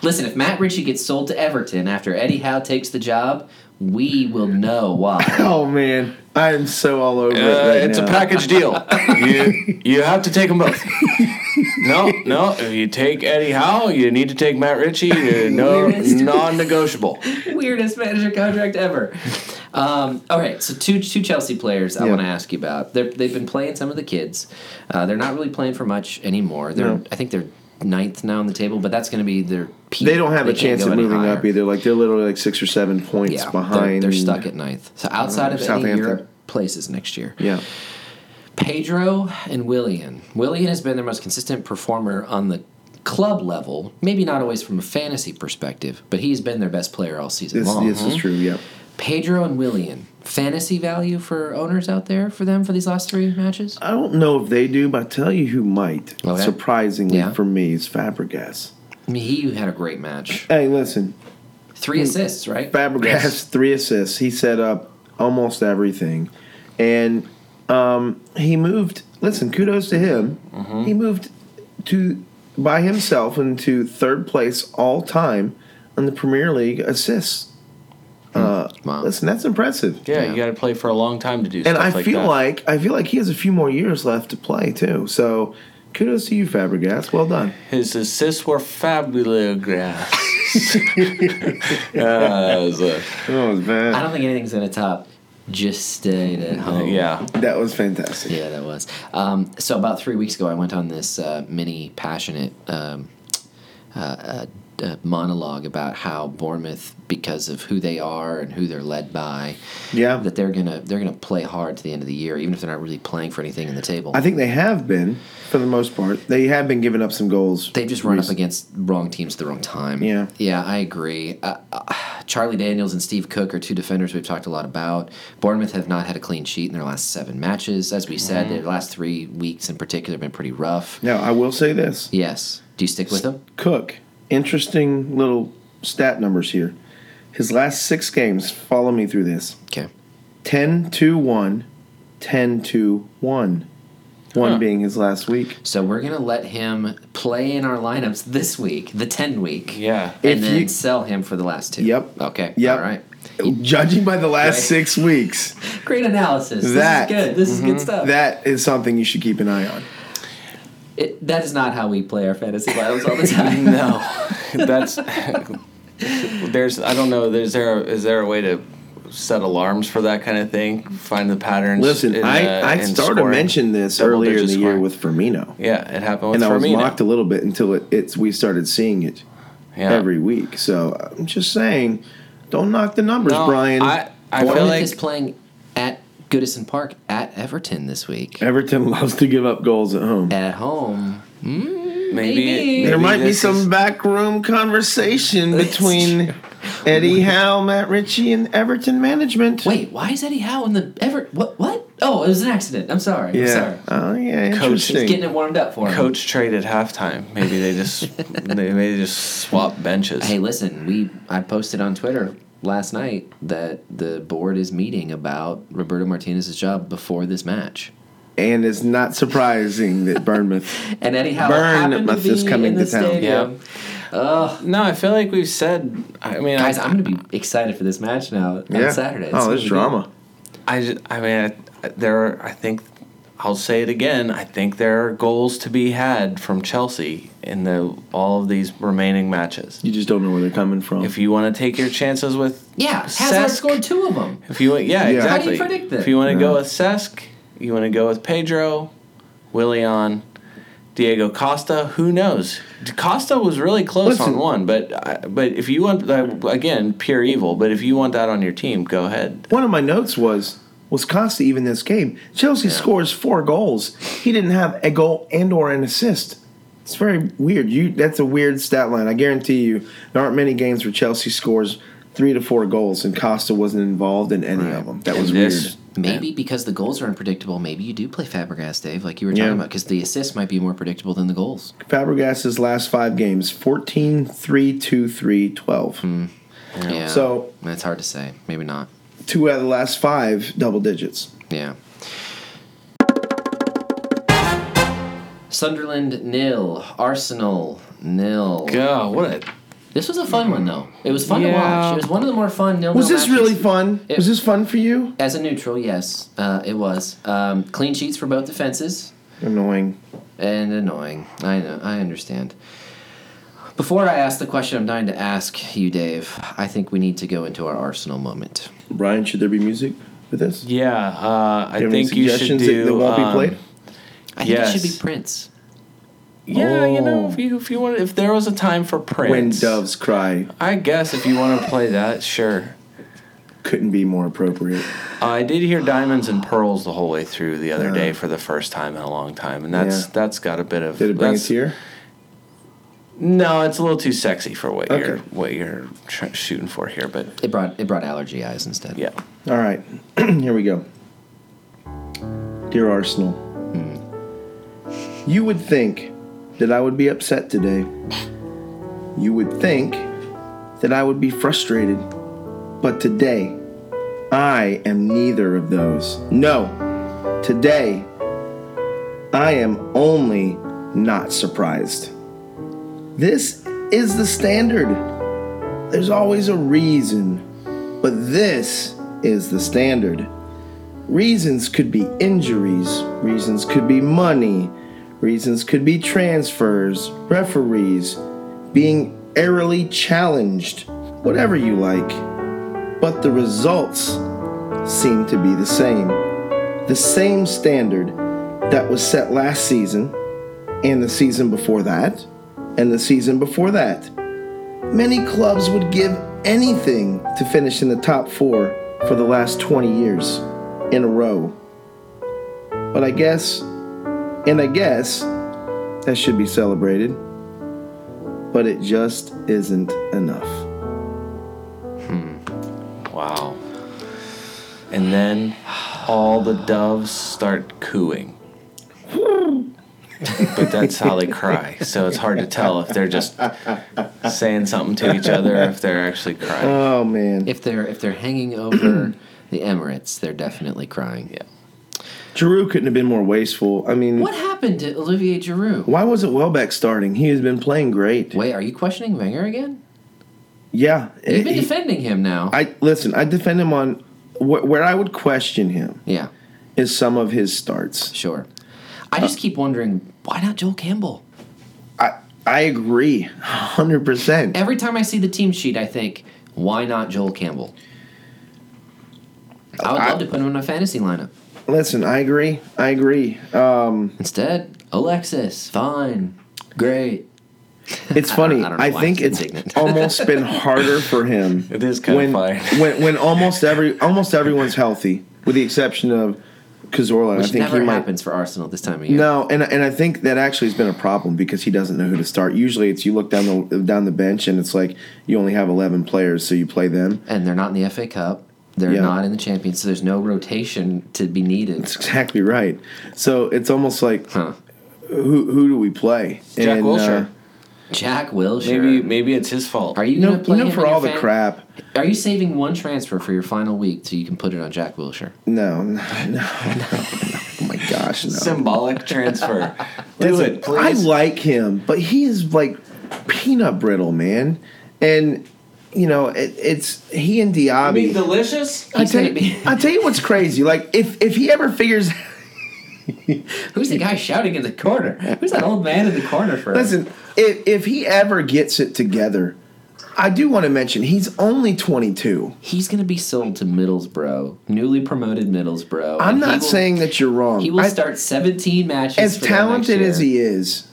[SPEAKER 3] Listen, if Matt Ritchie gets sold to Everton after Eddie Howe takes the job, we will know why.
[SPEAKER 2] Oh man, I am so all over it
[SPEAKER 4] Uh,
[SPEAKER 2] right
[SPEAKER 4] it's
[SPEAKER 2] now.
[SPEAKER 4] a package deal. you you have to take them both. No, no. If you take Eddie Howe, you need to take Matt Ritchie. You're no,
[SPEAKER 3] Weirdest.
[SPEAKER 4] non-negotiable.
[SPEAKER 3] Weirdest manager contract ever. Um, all right, so two two Chelsea players I
[SPEAKER 2] Yeah.
[SPEAKER 3] want to ask you about. They're, they've been playing some of the kids. Uh, they're not really playing for much anymore. They're
[SPEAKER 2] No.
[SPEAKER 3] I think they're ninth now on the table, but that's going to be their peak.
[SPEAKER 2] They don't have a
[SPEAKER 3] can't
[SPEAKER 2] chance
[SPEAKER 3] go
[SPEAKER 2] of
[SPEAKER 3] any
[SPEAKER 2] moving up
[SPEAKER 3] higher.
[SPEAKER 2] either. Like they're literally like six or seven points
[SPEAKER 3] Yeah, they're-
[SPEAKER 2] behind.
[SPEAKER 3] They're, stuck at ninth. So outside of any of
[SPEAKER 2] Southampton.
[SPEAKER 3] your places next year.
[SPEAKER 2] Yeah,
[SPEAKER 3] Pedro and Willian. Willian has been their most consistent performer on the club level, maybe not always from a fantasy perspective, but he's been their best player all season
[SPEAKER 2] this,
[SPEAKER 3] long. Uh-huh.
[SPEAKER 2] this is true. Yeah,
[SPEAKER 3] Pedro and Willian. Fantasy value for owners out there for them for these last three matches?
[SPEAKER 2] I don't know if they do, but I tell you who might.
[SPEAKER 3] Okay.
[SPEAKER 2] Surprisingly
[SPEAKER 3] Yeah.
[SPEAKER 2] for me is Fabregas.
[SPEAKER 3] I mean, he had a great match.
[SPEAKER 2] Hey, listen,
[SPEAKER 3] Three assists, right?
[SPEAKER 2] Fabregas three assists. He set up almost everything, and um, he moved. Listen, kudos to him.
[SPEAKER 4] Mm-hmm.
[SPEAKER 2] He moved to by himself into third place all time on the Premier League assists. Uh,
[SPEAKER 3] Wow.
[SPEAKER 2] Listen, that's impressive.
[SPEAKER 4] Hmm. Yeah,
[SPEAKER 3] Yeah.
[SPEAKER 4] you got to play for a long time to do.
[SPEAKER 2] And
[SPEAKER 4] stuff
[SPEAKER 2] I
[SPEAKER 4] like
[SPEAKER 2] feel
[SPEAKER 4] that.
[SPEAKER 2] like I feel like he has a few more years left to play too. So, kudos to you, Fabregas. Well done.
[SPEAKER 4] his assists were fabulous. Uh, that was a-
[SPEAKER 2] That was
[SPEAKER 3] I
[SPEAKER 2] bad.
[SPEAKER 3] don't think anything's gonna top. Just stayed at home.
[SPEAKER 4] yeah.
[SPEAKER 2] That was fantastic.
[SPEAKER 3] Yeah, that was. Um, so about three weeks ago, I went on this uh, mini passionate um, uh, uh, uh, monologue about how Bournemouth, because of who they are and who they're led by,
[SPEAKER 2] Yeah.
[SPEAKER 3] that they're gonna they're gonna play hard to the end of the year, even if they're not really playing for anything in the table.
[SPEAKER 2] I think they have been, for the most part. They have been giving up some goals.
[SPEAKER 3] They've just run up
[SPEAKER 2] recent-
[SPEAKER 3] against wrong teams at the wrong time.
[SPEAKER 2] Yeah.
[SPEAKER 3] Yeah, I agree. Uh, uh, Charlie Daniels and Steve Cook are two defenders we've talked a lot about. Bournemouth have not had a clean sheet in their last seven matches. As we said,
[SPEAKER 2] Mm-hmm.
[SPEAKER 3] their last three weeks in particular have been pretty rough.
[SPEAKER 2] Now, I will say this
[SPEAKER 3] Yes. Do you stick with them?
[SPEAKER 2] Cook, interesting little stat numbers here. His last six games, follow me through this
[SPEAKER 3] Okay.
[SPEAKER 2] 10 2 1, 10 2 1. One being his last week.
[SPEAKER 3] So we're going to let him play in our lineups this week, the 10 week.
[SPEAKER 4] Yeah.
[SPEAKER 3] And
[SPEAKER 2] If
[SPEAKER 3] then
[SPEAKER 2] you-
[SPEAKER 3] sell him for the last two.
[SPEAKER 2] Yep.
[SPEAKER 3] Okay.
[SPEAKER 2] Yep.
[SPEAKER 3] All right.
[SPEAKER 2] Judging by the last
[SPEAKER 3] Right.
[SPEAKER 2] six weeks,
[SPEAKER 3] Great analysis.
[SPEAKER 2] That- Mm-hmm.
[SPEAKER 3] this is good. This is good stuff.
[SPEAKER 2] that is something you should keep an eye on.
[SPEAKER 3] It, that is not how we play our fantasy lineups all the time.
[SPEAKER 4] No, that's there's. I don't know. Is there is there a way to set alarms for that kind of thing? Find the patterns.
[SPEAKER 2] Listen,
[SPEAKER 4] in,
[SPEAKER 2] I,
[SPEAKER 4] uh,
[SPEAKER 2] I
[SPEAKER 4] in
[SPEAKER 2] started to
[SPEAKER 4] scoring.
[SPEAKER 2] mention this
[SPEAKER 4] Double
[SPEAKER 2] earlier in the
[SPEAKER 4] digit
[SPEAKER 2] year
[SPEAKER 4] scoring.
[SPEAKER 2] with Firmino.
[SPEAKER 4] Yeah, it happened with
[SPEAKER 2] and I was
[SPEAKER 4] Firmino.
[SPEAKER 2] mocked a little bit until it, it's we started seeing it
[SPEAKER 4] yeah.
[SPEAKER 2] every week. So I'm just saying, don't knock the numbers,
[SPEAKER 4] No,
[SPEAKER 2] Brian.
[SPEAKER 4] I, I feel
[SPEAKER 3] Bournemouth
[SPEAKER 4] like
[SPEAKER 3] is playing at Goodison Park at Everton this week.
[SPEAKER 2] Everton loves to give up goals at home.
[SPEAKER 3] At home, Hmm.
[SPEAKER 4] maybe,
[SPEAKER 3] maybe.
[SPEAKER 2] There
[SPEAKER 4] maybe
[SPEAKER 2] might be
[SPEAKER 4] this
[SPEAKER 2] some
[SPEAKER 4] is-
[SPEAKER 2] backroom conversation
[SPEAKER 3] That's
[SPEAKER 2] between Eddie Howe, Matt Ritchie, and Everton management.
[SPEAKER 3] Wait, why is Eddie Howe in the ever? What? What? Oh, it was an accident. I'm sorry. I'm sorry.
[SPEAKER 2] yeah. Oh yeah,
[SPEAKER 4] Coach is
[SPEAKER 2] interesting.
[SPEAKER 3] He's getting it warmed up for him.
[SPEAKER 4] coach trade at halftime. Maybe they just they maybe just swap benches.
[SPEAKER 3] Hey, listen. We I posted on Twitter last night that the board is meeting about Roberto Martinez's job before this match,
[SPEAKER 2] and it's not surprising that Bournemouth.
[SPEAKER 3] and Eddie Howe
[SPEAKER 2] Burn
[SPEAKER 3] happened to
[SPEAKER 2] must
[SPEAKER 3] be
[SPEAKER 2] is coming
[SPEAKER 3] in the
[SPEAKER 2] to town.
[SPEAKER 3] stadium.
[SPEAKER 4] No, I feel like we've said. I mean,
[SPEAKER 3] Guys,
[SPEAKER 4] I,
[SPEAKER 3] I'm going to be excited for this match now
[SPEAKER 2] Yeah.
[SPEAKER 3] on Saturday. It's
[SPEAKER 2] Oh,
[SPEAKER 3] gonna
[SPEAKER 2] there's
[SPEAKER 3] be-
[SPEAKER 2] drama.
[SPEAKER 4] I, ju- I mean, I, there are, I think, I'll say it again, I think there are goals to be had from Chelsea in the all of these remaining matches.
[SPEAKER 2] You just don't know where they're coming from.
[SPEAKER 4] If you want to take your chances with.
[SPEAKER 3] Yeah, Hazard
[SPEAKER 4] Cesc-
[SPEAKER 3] scored two of them.
[SPEAKER 4] If you want, yeah,
[SPEAKER 2] Yeah.
[SPEAKER 4] exactly.
[SPEAKER 2] How
[SPEAKER 3] do you predict that?
[SPEAKER 4] If you want to
[SPEAKER 2] Yeah.
[SPEAKER 4] go with Sesk, you want to go with Pedro, Willian, Diego Costa. Who knows? Costa was really close
[SPEAKER 2] Listen.
[SPEAKER 4] on one, but I- but if you want that again, pure evil. But if you want that on your team, go ahead.
[SPEAKER 2] One of my notes was was Costa even this game? Chelsea scores four goals. He didn't have a goal and or an assist. It's very weird. You that's a weird stat line. I guarantee you there aren't many games where Chelsea scores three to four goals and Costa wasn't involved in any of them. That was
[SPEAKER 4] This-
[SPEAKER 3] Maybe because the goals are unpredictable, maybe you do play Fabregas, Dave, like you were talking
[SPEAKER 2] Yeah.
[SPEAKER 3] about, because the assists might be more predictable than the goals.
[SPEAKER 2] weird. Fabregas' last five games 14, 3, 2, 3, 12.
[SPEAKER 3] Hmm. Yeah.
[SPEAKER 2] So-
[SPEAKER 3] that's hard to say. Maybe not.
[SPEAKER 2] Two out of the last five double digits.
[SPEAKER 3] Yeah. Sunderland nil, Arsenal nil.
[SPEAKER 4] God, Oh, what a
[SPEAKER 3] This was a fun one though. It was fun to
[SPEAKER 4] Yeah.
[SPEAKER 3] watch. It was one of the more fun nil.
[SPEAKER 2] Was this really fun?
[SPEAKER 3] It-
[SPEAKER 2] was this fun for you?
[SPEAKER 3] As a neutral, yes, uh, it was. Um, clean sheets for both defenses.
[SPEAKER 2] Annoying.
[SPEAKER 3] and annoying. I know. I understand. Before I ask the question I'm dying to ask you, Dave, I think we need to go into our Arsenal moment.
[SPEAKER 2] Brian, should there be music for this?
[SPEAKER 4] Yeah, uh, I
[SPEAKER 2] Do you have any
[SPEAKER 4] think you should
[SPEAKER 2] suggestions
[SPEAKER 4] do.
[SPEAKER 2] that won't be
[SPEAKER 4] um,
[SPEAKER 2] played?
[SPEAKER 3] I
[SPEAKER 4] Yes.
[SPEAKER 3] think it should be Prince.
[SPEAKER 4] Yeah, you know,
[SPEAKER 2] Oh.
[SPEAKER 4] if you if you want, if there was a time for
[SPEAKER 2] When
[SPEAKER 4] Prince,
[SPEAKER 2] doves cry
[SPEAKER 4] I guess if you want to play that, sure.
[SPEAKER 2] couldn't be more appropriate.
[SPEAKER 4] I did hear Diamonds and Pearls the whole way through the other
[SPEAKER 2] Yeah.
[SPEAKER 4] day for the first time in a long time, and that's
[SPEAKER 2] Yeah.
[SPEAKER 4] that's got a bit of.
[SPEAKER 2] Did it bring
[SPEAKER 4] that's-
[SPEAKER 2] us here?
[SPEAKER 4] No, it's a little too sexy for what you're
[SPEAKER 2] Okay.
[SPEAKER 4] what you're tr- shooting for here, but
[SPEAKER 3] It brought it brought allergy eyes instead.
[SPEAKER 4] yeah.
[SPEAKER 2] All right, here we go. Dear Arsenal, you would think that I would be upset today. You would think that I would be frustrated. But today, I am neither of those. No, today, I am only not surprised. This is the standard. There's always a reason but this is the standard. Reasons could be injuries, reasons could be money, reasons could be transfers, referees, being airily challenged, whatever you like. But the results seem to be the same. The same standard that was set last season, and the season before that, and the season before that. Many clubs would give anything to finish in the top four for the last 20 years in a row. But I guess, and I guess, that should be celebrated. But it just isn't enough.
[SPEAKER 4] Wow. And then all the doves start cooing. but that's how they cry. So it's hard to tell if they're just saying something to each other or if they're actually crying.
[SPEAKER 2] Oh man.
[SPEAKER 3] If they're if they're hanging over the Emirates, they're definitely crying.
[SPEAKER 4] Yeah.
[SPEAKER 2] Giroux couldn't have been more wasteful. I mean,
[SPEAKER 3] What happened to Olivier Giroud?
[SPEAKER 2] why wasn't Welbeck starting? He has been playing great.
[SPEAKER 3] Wait, are you questioning Wenger again?
[SPEAKER 2] Yeah.
[SPEAKER 3] You've been
[SPEAKER 2] He-
[SPEAKER 3] defending him now.
[SPEAKER 2] I listen. I defend him on wh- where I would question him
[SPEAKER 3] yeah,
[SPEAKER 2] is some of his starts.
[SPEAKER 3] sure. I just keep wondering why not Joel Campbell?
[SPEAKER 2] I I agree, hundred percent.
[SPEAKER 3] Every time I see the team sheet, I think, why not Joel Campbell? I would
[SPEAKER 2] I-
[SPEAKER 3] love to put him in a fantasy lineup.
[SPEAKER 2] Listen, I agree. I agree. Um,
[SPEAKER 3] Instead, Alexis, fine, great.
[SPEAKER 2] it's
[SPEAKER 3] I
[SPEAKER 2] funny.
[SPEAKER 3] don't know
[SPEAKER 2] I,
[SPEAKER 3] why
[SPEAKER 2] think
[SPEAKER 3] I'm
[SPEAKER 2] it's
[SPEAKER 3] indignant.
[SPEAKER 2] almost been harder for him.
[SPEAKER 4] It is kinda
[SPEAKER 2] when,
[SPEAKER 4] fine.
[SPEAKER 2] when when almost every almost everyone's healthy, with the exception of Cazorla. I
[SPEAKER 3] Which
[SPEAKER 2] think
[SPEAKER 3] never
[SPEAKER 2] he might.
[SPEAKER 3] happens for Arsenal this time of year.
[SPEAKER 2] No, and and I think that actually has been a problem because he doesn't know who to start. Usually, it's you look down the down the bench and it's like you only have eleven players, so you play them.
[SPEAKER 3] And they're not in the FA Cup. They're
[SPEAKER 2] Yeah.
[SPEAKER 3] not in the Champions, so there's no rotation to be needed.
[SPEAKER 2] That's exactly right. So it's almost like
[SPEAKER 3] Huh.
[SPEAKER 2] who who do we play?
[SPEAKER 4] Jack
[SPEAKER 2] And, uh,
[SPEAKER 4] Wilshere.
[SPEAKER 3] Jack Wilshere.
[SPEAKER 4] Maybe maybe it's his fault.
[SPEAKER 3] Are you
[SPEAKER 2] you know,
[SPEAKER 3] going to play
[SPEAKER 2] you know
[SPEAKER 3] him in
[SPEAKER 2] for
[SPEAKER 3] your
[SPEAKER 2] all the
[SPEAKER 3] fan-
[SPEAKER 2] crap.
[SPEAKER 3] Are you saving one transfer for your final week so you can put it on Jack Wilshire?
[SPEAKER 2] No, no, no, no. Oh my gosh, no.
[SPEAKER 4] Symbolic transfer. Do
[SPEAKER 2] Listen,
[SPEAKER 4] it,
[SPEAKER 2] I
[SPEAKER 4] please.
[SPEAKER 2] like him, but he is like peanut brittle, man. And you know, it, it's he and Diaby.
[SPEAKER 4] I mean, delicious.
[SPEAKER 2] I
[SPEAKER 3] He's
[SPEAKER 2] tell
[SPEAKER 3] gonna be-
[SPEAKER 2] you, I tell you what's crazy. Like if if he ever figures,
[SPEAKER 3] Who's the guy shouting in the corner? Who's that old man in the corner for?
[SPEAKER 2] listen, if if he ever gets it together, I do want to mention he's only twenty two.
[SPEAKER 3] He's going to be sold to Middlesbrough, newly promoted Middlesbrough. and
[SPEAKER 2] I'm
[SPEAKER 3] he
[SPEAKER 2] not
[SPEAKER 3] will-
[SPEAKER 2] saying that you're wrong.
[SPEAKER 3] he will
[SPEAKER 2] I-
[SPEAKER 3] start 17 matches.
[SPEAKER 2] as
[SPEAKER 3] for them next
[SPEAKER 2] talented as
[SPEAKER 3] year.
[SPEAKER 2] he is,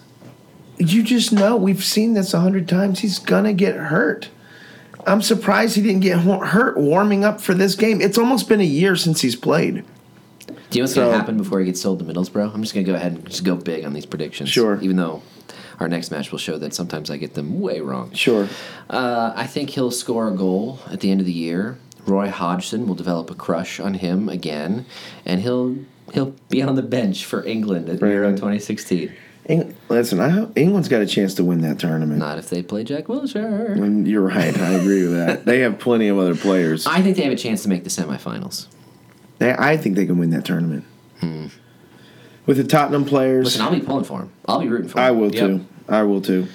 [SPEAKER 2] you just know we've seen this a hundred times. He's gonna get hurt. I'm surprised he didn't get hu- hurt warming up for this game. It's almost been a year since he's played.
[SPEAKER 3] Do you know what's going
[SPEAKER 2] So-
[SPEAKER 3] to happen before he gets sold to Middlesbrough? I'm just going to go ahead and just go big on these predictions.
[SPEAKER 2] Sure.
[SPEAKER 3] Even though our next match will show that sometimes I get them way wrong.
[SPEAKER 2] Sure.
[SPEAKER 3] Uh, I think he'll score a goal at the end of the year. Roy Hodgson will develop a crush on him again, and he'll he'll be on the bench for England at Euro 2016.
[SPEAKER 2] Eng- Listen, I hope England's got a chance to win that tournament.
[SPEAKER 3] Not if they play Jack Wilshere.
[SPEAKER 2] And You're right. I agree with that. They have plenty of other players.
[SPEAKER 3] I think they have a chance to make the semifinals.
[SPEAKER 2] They, I think they can win that tournament with the Tottenham players.
[SPEAKER 3] Hmm. Listen, I'll be pulling for him. I'll be rooting for him.
[SPEAKER 2] I will too. I will too.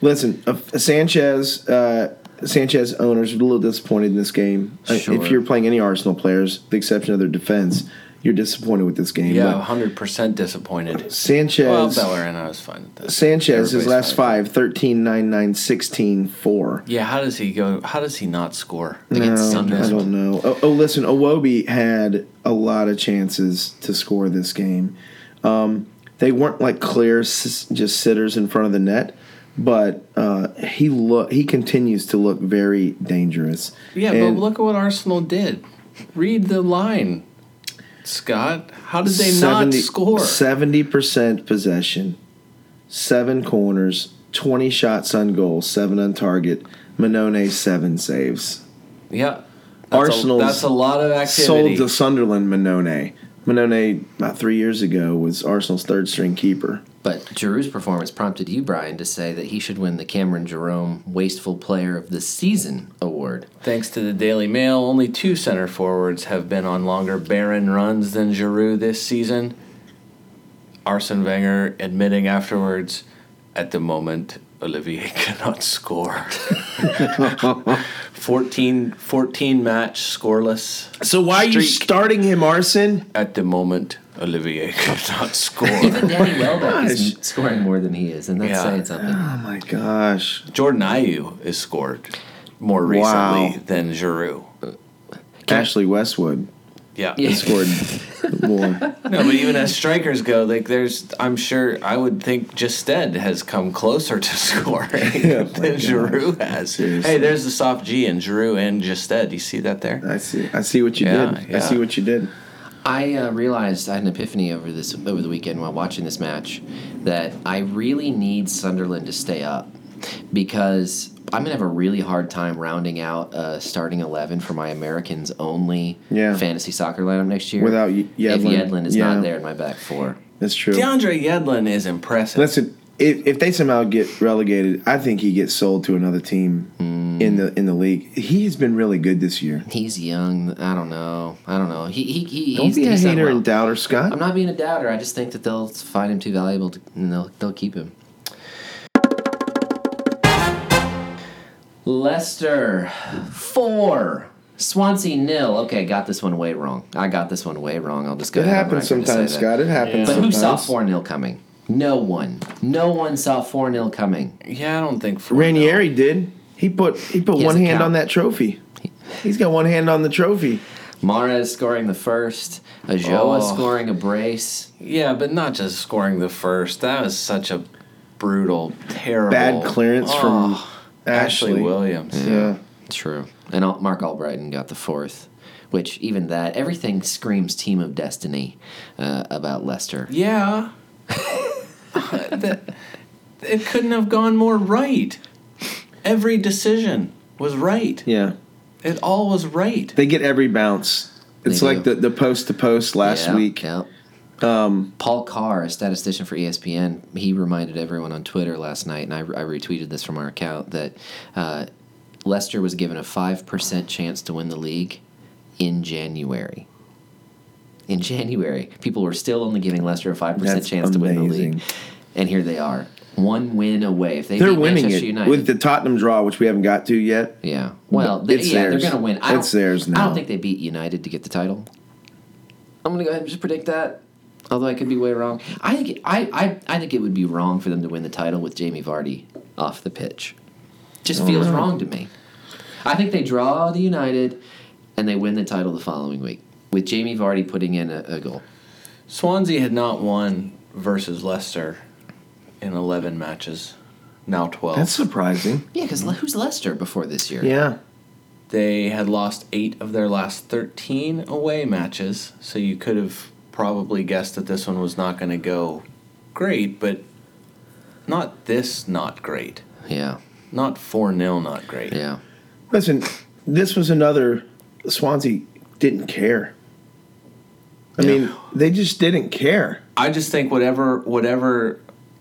[SPEAKER 2] Listen, uh, Sanchez. Uh, Sanchez owners are a little disappointed in this game. Uh,
[SPEAKER 3] Sure.
[SPEAKER 2] If you're playing any Arsenal players, with the exception of their defense, you're disappointed with this game.
[SPEAKER 4] Yeah,
[SPEAKER 2] But
[SPEAKER 4] 100% disappointed.
[SPEAKER 2] Sanchez.
[SPEAKER 4] Well, Bellerin, I was fine with that.
[SPEAKER 2] Sanchez, his
[SPEAKER 4] Everybody's
[SPEAKER 2] last
[SPEAKER 4] fine.
[SPEAKER 2] five, 13, 9, 9, 16, 4.
[SPEAKER 4] Yeah, how does he go? How does he not score?
[SPEAKER 3] Against
[SPEAKER 2] No, Um, I
[SPEAKER 3] Sunderland.
[SPEAKER 2] don't know. Oh, oh, listen, Awobi had a lot of chances to score this game. Um, they weren't like clear, s- just sitters in front of the net, but uh, he look he continues to look very dangerous.
[SPEAKER 4] Yeah,
[SPEAKER 2] And
[SPEAKER 4] but look at what Arsenal did. Read the line, Scott. How did they not score?
[SPEAKER 2] seventy percent possession, seven corners, twenty shots on goal, seven on target. Manone seven saves.
[SPEAKER 4] Yeah, that's
[SPEAKER 2] Arsenal's
[SPEAKER 4] A, that's a lot of
[SPEAKER 2] sold
[SPEAKER 4] activity.
[SPEAKER 2] to Sunderland Manone. Manone about three years ago was Arsenal's third string keeper.
[SPEAKER 3] But Giroud's performance prompted you, Brian, to say that he should win the Cameron Jerome Wasteful Player of the Season award.
[SPEAKER 4] Thanks to the Daily Mail, only two center forwards have been on longer barren runs than Giroud this season. Arsene Wenger admitting afterwards, at the moment, Olivier cannot score. 14, 14 match scoreless.
[SPEAKER 2] So why are you
[SPEAKER 4] Streak.
[SPEAKER 2] starting him, Arson?
[SPEAKER 4] At the moment, Olivier could not score.
[SPEAKER 3] Even Danny Welbeck is
[SPEAKER 2] Gosh.
[SPEAKER 3] scoring more than he is, and that's
[SPEAKER 4] Yeah.
[SPEAKER 3] saying something.
[SPEAKER 2] Oh my gosh.
[SPEAKER 4] Jordan Ayew has scored more
[SPEAKER 2] Wow.
[SPEAKER 4] recently than Giroud.
[SPEAKER 2] Ashley Westwood
[SPEAKER 4] Yeah.
[SPEAKER 3] Yeah.
[SPEAKER 2] scored more.
[SPEAKER 4] No, but even as strikers go, like there's, I'm sure, I would think Justed has come closer to scoring
[SPEAKER 2] Yeah, my
[SPEAKER 4] than
[SPEAKER 2] God.
[SPEAKER 4] Giroud has.
[SPEAKER 2] Seriously. Uh,
[SPEAKER 4] Hey, there's the soft G in Giroud and Justed. You see that there?
[SPEAKER 2] I see. I see what you
[SPEAKER 4] Yeah,
[SPEAKER 2] did. I
[SPEAKER 4] yeah.
[SPEAKER 2] see what you did.
[SPEAKER 3] I uh, realized I had an epiphany over this over the weekend while watching this match that I really need Sunderland to stay up because I'm gonna have a really hard time rounding out uh, starting eleven for my Americans only
[SPEAKER 2] Yeah.
[SPEAKER 3] fantasy soccer lineup next year
[SPEAKER 2] Without Ye-
[SPEAKER 3] If
[SPEAKER 2] Yedlin.
[SPEAKER 3] Yedlin is
[SPEAKER 2] Yeah.
[SPEAKER 3] not there in my back four,
[SPEAKER 2] That's true.
[SPEAKER 4] DeAndre Yedlin is impressive.
[SPEAKER 2] Listen, if, if they somehow get relegated, I think he gets sold to another team
[SPEAKER 3] Hmm.
[SPEAKER 2] in the in the league. He has been really good this year.
[SPEAKER 3] he's young. I don't know. I don't know. He he, he
[SPEAKER 2] Don't
[SPEAKER 3] he's,
[SPEAKER 2] be a
[SPEAKER 3] he's done
[SPEAKER 2] hater
[SPEAKER 3] well.
[SPEAKER 2] and doubter, Scott.
[SPEAKER 3] I'm not being a doubter. I just think that they'll find him too valuable to, and they'll, they'll keep him. Leicester, four. Swansea, nil. Okay, got this one way wrong. I got this one way wrong. I'll just go
[SPEAKER 2] it
[SPEAKER 3] ahead on
[SPEAKER 2] happens
[SPEAKER 3] record to say
[SPEAKER 2] sometimes,
[SPEAKER 3] that.
[SPEAKER 2] Scott. It happens.
[SPEAKER 3] But who
[SPEAKER 2] sometimes.
[SPEAKER 3] saw 4 0 coming? No one. No one saw 4 0 coming.
[SPEAKER 4] yeah, I don't think for
[SPEAKER 2] Ranieri did. He put he put
[SPEAKER 3] He
[SPEAKER 2] one
[SPEAKER 3] doesn't
[SPEAKER 2] hand
[SPEAKER 3] count.
[SPEAKER 2] on that trophy. He's got one hand on the trophy.
[SPEAKER 3] Mares scoring the first, Ajoa
[SPEAKER 4] Oh.
[SPEAKER 3] scoring a brace.
[SPEAKER 4] Yeah, but not just scoring the first. That was such a brutal, terrible.
[SPEAKER 2] Bad clearance from
[SPEAKER 4] Oh,
[SPEAKER 2] Ah, Ashley.
[SPEAKER 4] Ashley, Williams.
[SPEAKER 2] Yeah.
[SPEAKER 3] True. And Al- Mark Albrighton got the fourth, which even that everything screams team of destiny uh, about Leicester.
[SPEAKER 4] Yeah. That- it couldn't have gone more right. Every decision was right.
[SPEAKER 2] Yeah.
[SPEAKER 4] It all was right.
[SPEAKER 2] They get every bounce. It's
[SPEAKER 3] They
[SPEAKER 2] like
[SPEAKER 3] do.
[SPEAKER 2] the, the post to post last
[SPEAKER 3] Yeah,
[SPEAKER 2] week. um,
[SPEAKER 3] yeah. Paul Carr, a statistician for E ESPN, he reminded everyone on Twitter last night, and I, I retweeted this from our account that uh, Leicester was given a five percent chance to win the league in January. In January, people were still only giving Leicester a five percent
[SPEAKER 2] That's
[SPEAKER 3] chance to win the
[SPEAKER 2] amazing.
[SPEAKER 3] league, and here they are, one win away. If they
[SPEAKER 2] They're
[SPEAKER 3] beat
[SPEAKER 2] winning
[SPEAKER 3] Manchester
[SPEAKER 2] it
[SPEAKER 3] United,
[SPEAKER 2] with the Tottenham draw, which we haven't got to yet.
[SPEAKER 3] Yeah. Well, they,
[SPEAKER 2] It's
[SPEAKER 3] yeah,
[SPEAKER 2] theirs.
[SPEAKER 3] they're going to win. I don't-
[SPEAKER 2] It's theirs
[SPEAKER 3] I
[SPEAKER 2] now.
[SPEAKER 3] don't think they beat United to get the title. I'm going to go ahead and just predict that. Although I could be way wrong. I think I, I, I think it would be wrong for them to win the title with Jamie Vardy off the pitch.
[SPEAKER 2] Oh,
[SPEAKER 3] Just feels wrong to me. I think they draw the United and they win the title the following week with Jamie Vardy putting in a, a goal.
[SPEAKER 4] Swansea had not won versus Leicester in 11 matches, now 12.
[SPEAKER 2] That's surprising.
[SPEAKER 3] Yeah, because who's Leicester before this year?
[SPEAKER 2] Yeah.
[SPEAKER 4] they had lost eight of their last 13 away matches, so you could have probably guessed that this one was not going to go great, but not this not great.
[SPEAKER 3] Yeah.
[SPEAKER 4] Not 4 0 not great.
[SPEAKER 3] Yeah.
[SPEAKER 2] Listen, this was another Swansea didn't care. I mean, they just didn't care.
[SPEAKER 4] I just think whatever whatever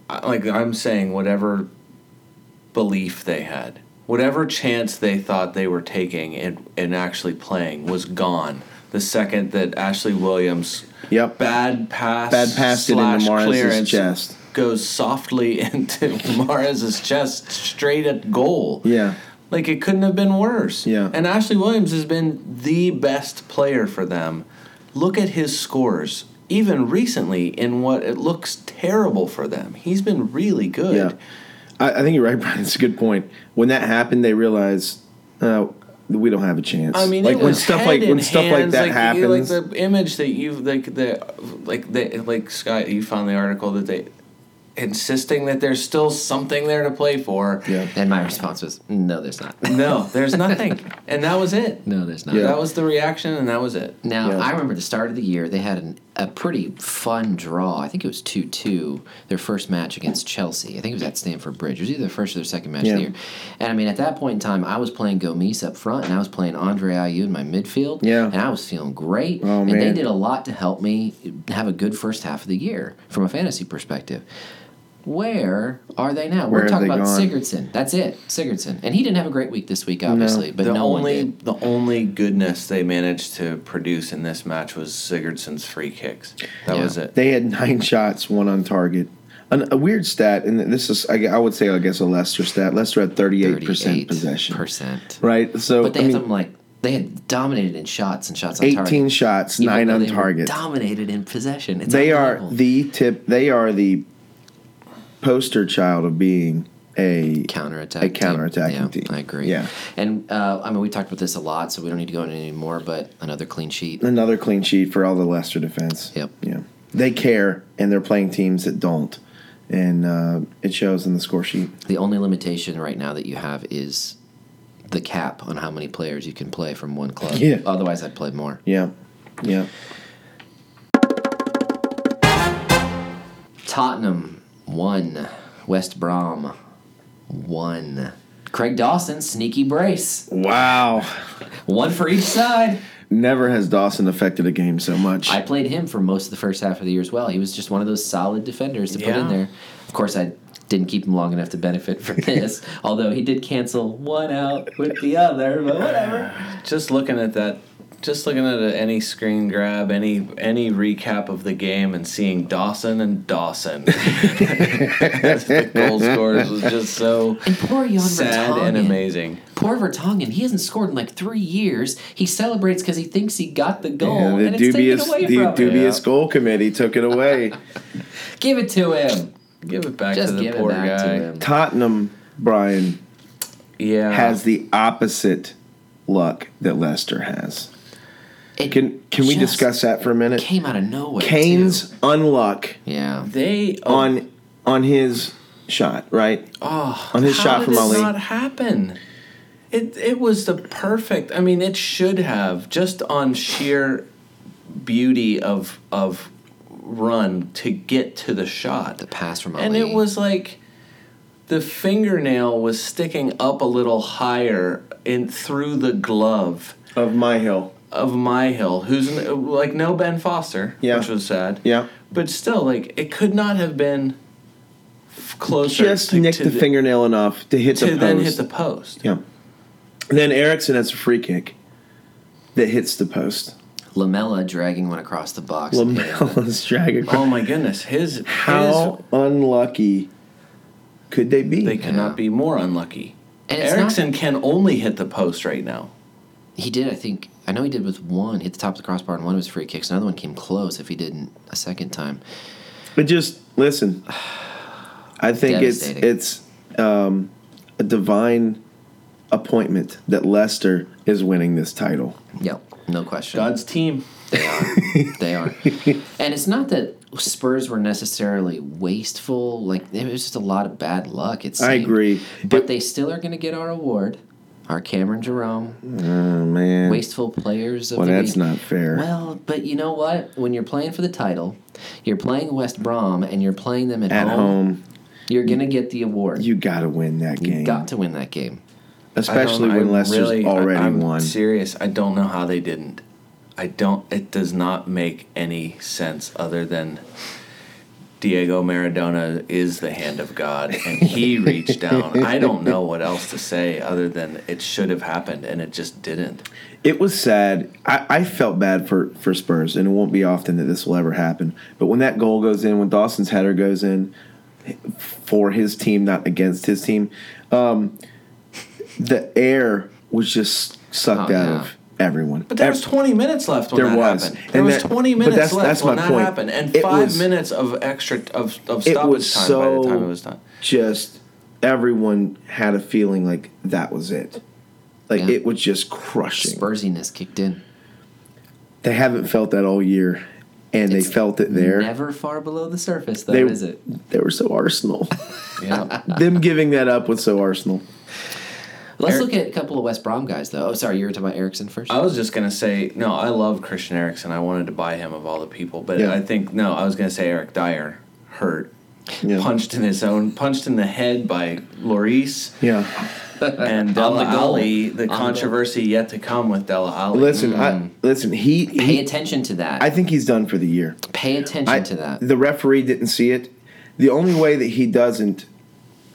[SPEAKER 4] I- like I'm saying whatever belief they had, whatever chance they thought they were taking and and actually playing was gone the second that Ashley Williams
[SPEAKER 2] Yep.
[SPEAKER 4] bad pass
[SPEAKER 2] Bad passed it into
[SPEAKER 4] slash
[SPEAKER 2] Morris's
[SPEAKER 4] clearance
[SPEAKER 2] chest.
[SPEAKER 4] goes softly into Mares's chest straight at goal.
[SPEAKER 2] Yeah.
[SPEAKER 4] Like it couldn't have been worse.
[SPEAKER 2] Yeah.
[SPEAKER 4] And Ashley Williams has been the best player for them. Look at his scores, even recently, in what it looks terrible for them. He's been really good.
[SPEAKER 2] Yeah. I, I think you're right, Brian. It's a good point. When that happened, they realized uh, we don't have a chance.
[SPEAKER 4] I mean,
[SPEAKER 2] like
[SPEAKER 4] it
[SPEAKER 2] when
[SPEAKER 4] was
[SPEAKER 2] stuff
[SPEAKER 4] head
[SPEAKER 2] like when
[SPEAKER 4] and
[SPEAKER 2] stuff like
[SPEAKER 4] hands,
[SPEAKER 2] that
[SPEAKER 4] you- like
[SPEAKER 2] happens.
[SPEAKER 4] the image that you like the like the like Scott, you found the article that they insisting that there's still something there to play for.
[SPEAKER 2] yeah.
[SPEAKER 3] And my response was, no, there's not.
[SPEAKER 4] No, there's nothing, and that was it.
[SPEAKER 3] No, there's not.
[SPEAKER 2] Yeah.
[SPEAKER 4] That was the reaction, and that was it.
[SPEAKER 3] Now,
[SPEAKER 2] Yeah.
[SPEAKER 3] I remember the start of the year, they had an, a pretty fun draw. I think it was 2 2, their first match against Chelsea. I think it was at Stamford Bridge. It was either their first or their second match of the
[SPEAKER 2] Yeah.
[SPEAKER 3] year. And I mean, at that point in time, I was playing Gomes up front, and I was playing Andre Ayew in my midfield.
[SPEAKER 2] Yeah.
[SPEAKER 3] And I was feeling great.
[SPEAKER 2] Oh,
[SPEAKER 3] and they
[SPEAKER 2] man.
[SPEAKER 3] did a lot to help me have a good first half of the year from a fantasy perspective. Where are they now?
[SPEAKER 2] Where
[SPEAKER 3] We're
[SPEAKER 2] have
[SPEAKER 3] talking
[SPEAKER 2] they
[SPEAKER 3] about
[SPEAKER 2] gone?
[SPEAKER 3] Sigurdsson. That's it, Sigurdsson. And he didn't have a great week this week, obviously, but
[SPEAKER 4] the
[SPEAKER 3] no
[SPEAKER 4] only
[SPEAKER 3] one did.
[SPEAKER 4] the only goodness they managed to produce in this match was Sigurdsson's free kicks. That
[SPEAKER 3] Yeah.
[SPEAKER 4] was it.
[SPEAKER 2] They had nine shots, one on target. An, a weird stat, and this is I, gu- I would say I guess a Leicester stat. Leicester had thirty eight percent possession.
[SPEAKER 3] 38%.
[SPEAKER 2] Right. So
[SPEAKER 3] But they
[SPEAKER 2] I
[SPEAKER 3] had
[SPEAKER 2] mean,
[SPEAKER 3] something like They had dominated in shots and shots on
[SPEAKER 2] 18
[SPEAKER 3] target.
[SPEAKER 2] shots,
[SPEAKER 3] Even
[SPEAKER 2] nine
[SPEAKER 3] though
[SPEAKER 2] on
[SPEAKER 3] they were
[SPEAKER 2] target.
[SPEAKER 3] Dominated in possession. It's
[SPEAKER 2] They are
[SPEAKER 3] unbelievable.
[SPEAKER 2] the tip. They are the poster child of being a
[SPEAKER 3] counterattack.
[SPEAKER 2] A
[SPEAKER 3] team.
[SPEAKER 2] counterattacking
[SPEAKER 3] yeah,
[SPEAKER 2] team.
[SPEAKER 3] I agree.
[SPEAKER 2] Yeah.
[SPEAKER 3] And uh, I mean, we talked about this a lot, so we don't need to go into any more. But another clean sheet.
[SPEAKER 2] another clean sheet for all the Leicester defense.
[SPEAKER 3] Yep.
[SPEAKER 2] Yeah, they care, and they're playing teams that don't, and uh, it shows in the score sheet.
[SPEAKER 3] The only limitation right now that you have is the cap on how many players you can play from one club.
[SPEAKER 2] Yeah.
[SPEAKER 3] Otherwise, I'd play more.
[SPEAKER 2] Yeah, yeah.
[SPEAKER 3] Tottenham one, West Brom one. Craig Dawson sneaky brace,
[SPEAKER 2] Wow.
[SPEAKER 3] one for each side.
[SPEAKER 2] Never has Dawson affected a game so much.
[SPEAKER 3] I played him for most of the first half of the year as well. He was just one of those solid defenders to put in
[SPEAKER 4] Yeah.
[SPEAKER 3] there. Of course, I didn't keep him long enough to benefit from this, although he did cancel one out with the other, but whatever.
[SPEAKER 4] Just looking at that, just looking at any screen grab, any any recap of the game, and seeing Dawson and Dawson, the goal scorers was just so
[SPEAKER 3] And poor Jan
[SPEAKER 4] sad
[SPEAKER 3] Vertonghen.
[SPEAKER 4] and amazing.
[SPEAKER 3] Poor Vertonghen. He hasn't scored in like three years. He celebrates because he thinks he got the goal,
[SPEAKER 2] Yeah,
[SPEAKER 3] and
[SPEAKER 2] the
[SPEAKER 3] it's
[SPEAKER 2] dubious,
[SPEAKER 3] taken away
[SPEAKER 2] the
[SPEAKER 3] from
[SPEAKER 2] dubious goal committee took it away.
[SPEAKER 3] him. Give it to him.
[SPEAKER 4] Give it back
[SPEAKER 3] Just
[SPEAKER 4] to the
[SPEAKER 3] give it
[SPEAKER 4] poor
[SPEAKER 3] back
[SPEAKER 4] guy.
[SPEAKER 3] to him.
[SPEAKER 2] Tottenham, Brian,
[SPEAKER 4] Yeah,
[SPEAKER 2] has the opposite luck that Leicester has.
[SPEAKER 3] It
[SPEAKER 2] Can can we
[SPEAKER 3] just
[SPEAKER 2] discuss that for a minute?
[SPEAKER 3] Came out of nowhere. too.
[SPEAKER 2] Kane's unluck
[SPEAKER 3] Yeah.
[SPEAKER 4] they
[SPEAKER 2] on on his shot, right?
[SPEAKER 4] Oh,
[SPEAKER 2] On his
[SPEAKER 4] how
[SPEAKER 2] shot
[SPEAKER 4] did
[SPEAKER 2] from
[SPEAKER 4] it
[SPEAKER 2] Ali.
[SPEAKER 4] Not happen. It it was the perfect. I mean, it should have just on sheer beauty of of run to get to the shot.
[SPEAKER 3] The pass from
[SPEAKER 4] and
[SPEAKER 3] Ali.
[SPEAKER 4] it was like the fingernail was sticking up a little higher in through the glove
[SPEAKER 2] Of my hill.
[SPEAKER 4] of my hill, who's n- like no Ben Foster,
[SPEAKER 2] Yeah.
[SPEAKER 4] which was sad.
[SPEAKER 2] Yeah.
[SPEAKER 4] But still, like it could not have been f- closer.
[SPEAKER 2] Just
[SPEAKER 4] to-
[SPEAKER 2] nicked
[SPEAKER 4] to
[SPEAKER 2] the, fingernail enough to hit
[SPEAKER 4] to
[SPEAKER 2] the post.
[SPEAKER 4] then hit the post.
[SPEAKER 2] yeah. Then Erickson has a free kick that hits the post.
[SPEAKER 3] Lamella dragging one across the box. and hitting the-
[SPEAKER 2] Lamella's drag across.
[SPEAKER 4] Oh my goodness, his
[SPEAKER 2] How
[SPEAKER 4] his-
[SPEAKER 2] unlucky could they be?
[SPEAKER 4] they could
[SPEAKER 3] Yeah.
[SPEAKER 4] not be more unlucky.
[SPEAKER 3] And it's not-
[SPEAKER 4] Erickson can only hit the post right now.
[SPEAKER 3] He did, I think. I know he did with one, hit the top of the crossbar, and one was free kicks. Another one came close if he didn't a second time.
[SPEAKER 2] But just listen. I think it's
[SPEAKER 3] Devastating.
[SPEAKER 2] it's um, a divine appointment that Leicester is winning this title.
[SPEAKER 3] Yep, no question.
[SPEAKER 4] God's team.
[SPEAKER 3] They are. they are. And it's not that Spurs were necessarily wasteful. Like, it was just a lot of bad luck. It
[SPEAKER 2] I
[SPEAKER 3] seemed.
[SPEAKER 2] agree.
[SPEAKER 3] But they still are going to get our award, our Cameron Jerome,
[SPEAKER 2] Oh man.
[SPEAKER 3] Wasteful Players of
[SPEAKER 2] well,
[SPEAKER 3] the
[SPEAKER 2] that's
[SPEAKER 3] Week.
[SPEAKER 2] not fair.
[SPEAKER 3] Well, but you know what? When you're playing for the title, you're playing West Brom, and you're playing them at,
[SPEAKER 2] At home,
[SPEAKER 3] You're going to get the award.
[SPEAKER 2] you got to win that
[SPEAKER 3] You
[SPEAKER 2] game,
[SPEAKER 3] got to win that game.
[SPEAKER 2] especially
[SPEAKER 4] I don't-
[SPEAKER 2] when
[SPEAKER 4] I
[SPEAKER 2] Leicester's
[SPEAKER 4] really- I-
[SPEAKER 2] already
[SPEAKER 4] I'm
[SPEAKER 2] won.
[SPEAKER 4] Serious. I don't know how they didn't. I don't. It does not make any sense other than Diego Maradona is the hand of God, and he reached down. I don't know what else to say other than it should have happened, and it just didn't.
[SPEAKER 2] It was sad. I, I felt bad for, for Spurs, and it won't be often that this will ever happen. But when that goal goes in, when Dawson's header goes in for his team, not against his team, um, the air was just sucked
[SPEAKER 3] Oh,
[SPEAKER 2] out
[SPEAKER 3] yeah.
[SPEAKER 2] of everyone.
[SPEAKER 4] But there was 20 minutes left when
[SPEAKER 2] There
[SPEAKER 4] that
[SPEAKER 2] was.
[SPEAKER 4] happened.
[SPEAKER 2] And
[SPEAKER 4] There was
[SPEAKER 2] that-
[SPEAKER 4] 20
[SPEAKER 2] but
[SPEAKER 4] minutes
[SPEAKER 2] that's-
[SPEAKER 4] left
[SPEAKER 2] that's
[SPEAKER 4] when
[SPEAKER 2] my
[SPEAKER 4] that
[SPEAKER 2] point.
[SPEAKER 4] happened, and
[SPEAKER 2] It
[SPEAKER 4] five
[SPEAKER 2] was-
[SPEAKER 4] minutes of extra of of
[SPEAKER 2] it
[SPEAKER 4] stoppage
[SPEAKER 2] was
[SPEAKER 4] time
[SPEAKER 2] so
[SPEAKER 4] by the time it was done.
[SPEAKER 2] just everyone had a feeling like that was it. Like
[SPEAKER 3] Yeah.
[SPEAKER 2] it was just crushing.
[SPEAKER 3] Spursiness kicked in.
[SPEAKER 2] They haven't felt that all year, and
[SPEAKER 3] It's
[SPEAKER 2] they felt it there.
[SPEAKER 3] Never far below the surface, though,
[SPEAKER 2] they,
[SPEAKER 3] is it?
[SPEAKER 2] they were so Arsenal.
[SPEAKER 4] Yeah.
[SPEAKER 2] Them giving that up was so Arsenal.
[SPEAKER 3] Let's
[SPEAKER 4] Eric-
[SPEAKER 3] look at a couple of West Brom guys, though. Oh, sorry, you were talking about Erickson first.
[SPEAKER 4] I was just gonna say no. I love Christian Erickson. I wanted to buy him of all the people, but
[SPEAKER 2] Yeah.
[SPEAKER 4] I think no. I was gonna say Eric Dyer hurt,
[SPEAKER 2] Yeah.
[SPEAKER 4] punched in his own, punched in the head by Loris
[SPEAKER 2] Yeah.
[SPEAKER 4] and
[SPEAKER 3] On the
[SPEAKER 4] Della
[SPEAKER 3] goal.
[SPEAKER 4] Ali. The
[SPEAKER 3] On the-
[SPEAKER 4] controversy yet to come with Della Ali.
[SPEAKER 2] Listen, I listen. He,
[SPEAKER 3] Mm. Pay
[SPEAKER 2] he
[SPEAKER 3] attention to that.
[SPEAKER 2] I think he's done for the year.
[SPEAKER 3] Pay attention
[SPEAKER 2] I,
[SPEAKER 3] to that.
[SPEAKER 2] The referee didn't see it. The only way that he doesn't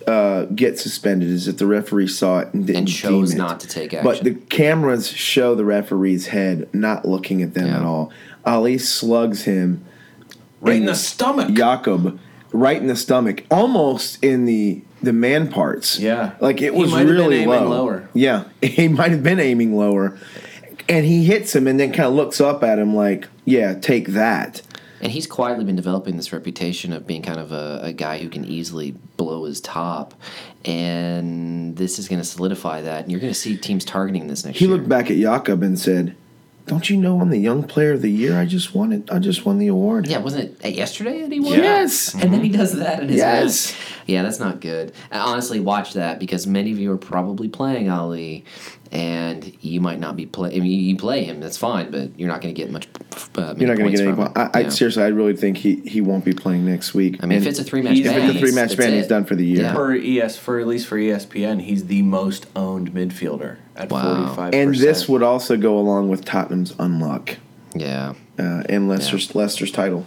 [SPEAKER 2] uh, get suspended is if the referee saw it and didn't
[SPEAKER 3] and chose
[SPEAKER 2] deem it.
[SPEAKER 3] not to take action.
[SPEAKER 2] But the cameras show the referee's head not looking at them
[SPEAKER 3] Yeah.
[SPEAKER 2] at all. Ali slugs him
[SPEAKER 4] right in
[SPEAKER 2] and
[SPEAKER 4] the stomach.
[SPEAKER 2] Jakob right in the stomach, almost in the the man parts.
[SPEAKER 4] Yeah.
[SPEAKER 2] like it
[SPEAKER 4] He
[SPEAKER 2] was
[SPEAKER 4] might have been
[SPEAKER 2] really
[SPEAKER 4] aiming
[SPEAKER 2] low.
[SPEAKER 4] lower.
[SPEAKER 2] Yeah, he might have been aiming lower, and he hits him and then kind of looks up at him like, yeah, take that.
[SPEAKER 3] And he's quietly been developing this reputation of being kind of a, a guy who can easily blow his top. And this is going to solidify that. And you're going to see teams targeting this next
[SPEAKER 2] He
[SPEAKER 3] year.
[SPEAKER 2] looked back at Jakob and said, "Don't you know I'm the young player of the year? I just won it. I just won the award."
[SPEAKER 3] yeah, wasn't it uh, yesterday that he won?
[SPEAKER 2] Yes.
[SPEAKER 3] And then he does that in his
[SPEAKER 2] Yes.
[SPEAKER 3] match. Yeah, that's not good. And Honestly, watch that because many of you are probably playing Ali, and you might not be play. I mean, you play him, that's fine, but you're not going to get much. Uh,
[SPEAKER 2] You're not going to get any.
[SPEAKER 3] From him.
[SPEAKER 2] I, I
[SPEAKER 3] Yeah.
[SPEAKER 2] seriously, I really think he, he won't be playing next week.
[SPEAKER 3] I mean, if
[SPEAKER 2] And
[SPEAKER 3] it's a three match
[SPEAKER 4] If
[SPEAKER 3] ban,
[SPEAKER 4] it's a
[SPEAKER 3] he's-
[SPEAKER 2] three-match
[SPEAKER 3] that's
[SPEAKER 2] ban, he's
[SPEAKER 3] it.
[SPEAKER 2] done for the year.
[SPEAKER 3] Yeah.
[SPEAKER 4] per ES for at least for E ESPN, he's the most owned midfielder at
[SPEAKER 3] Wow.
[SPEAKER 4] forty five.
[SPEAKER 2] and this would also go along with Tottenham's unlock
[SPEAKER 3] yeah.
[SPEAKER 2] uh, and Leicester's Leicester's title.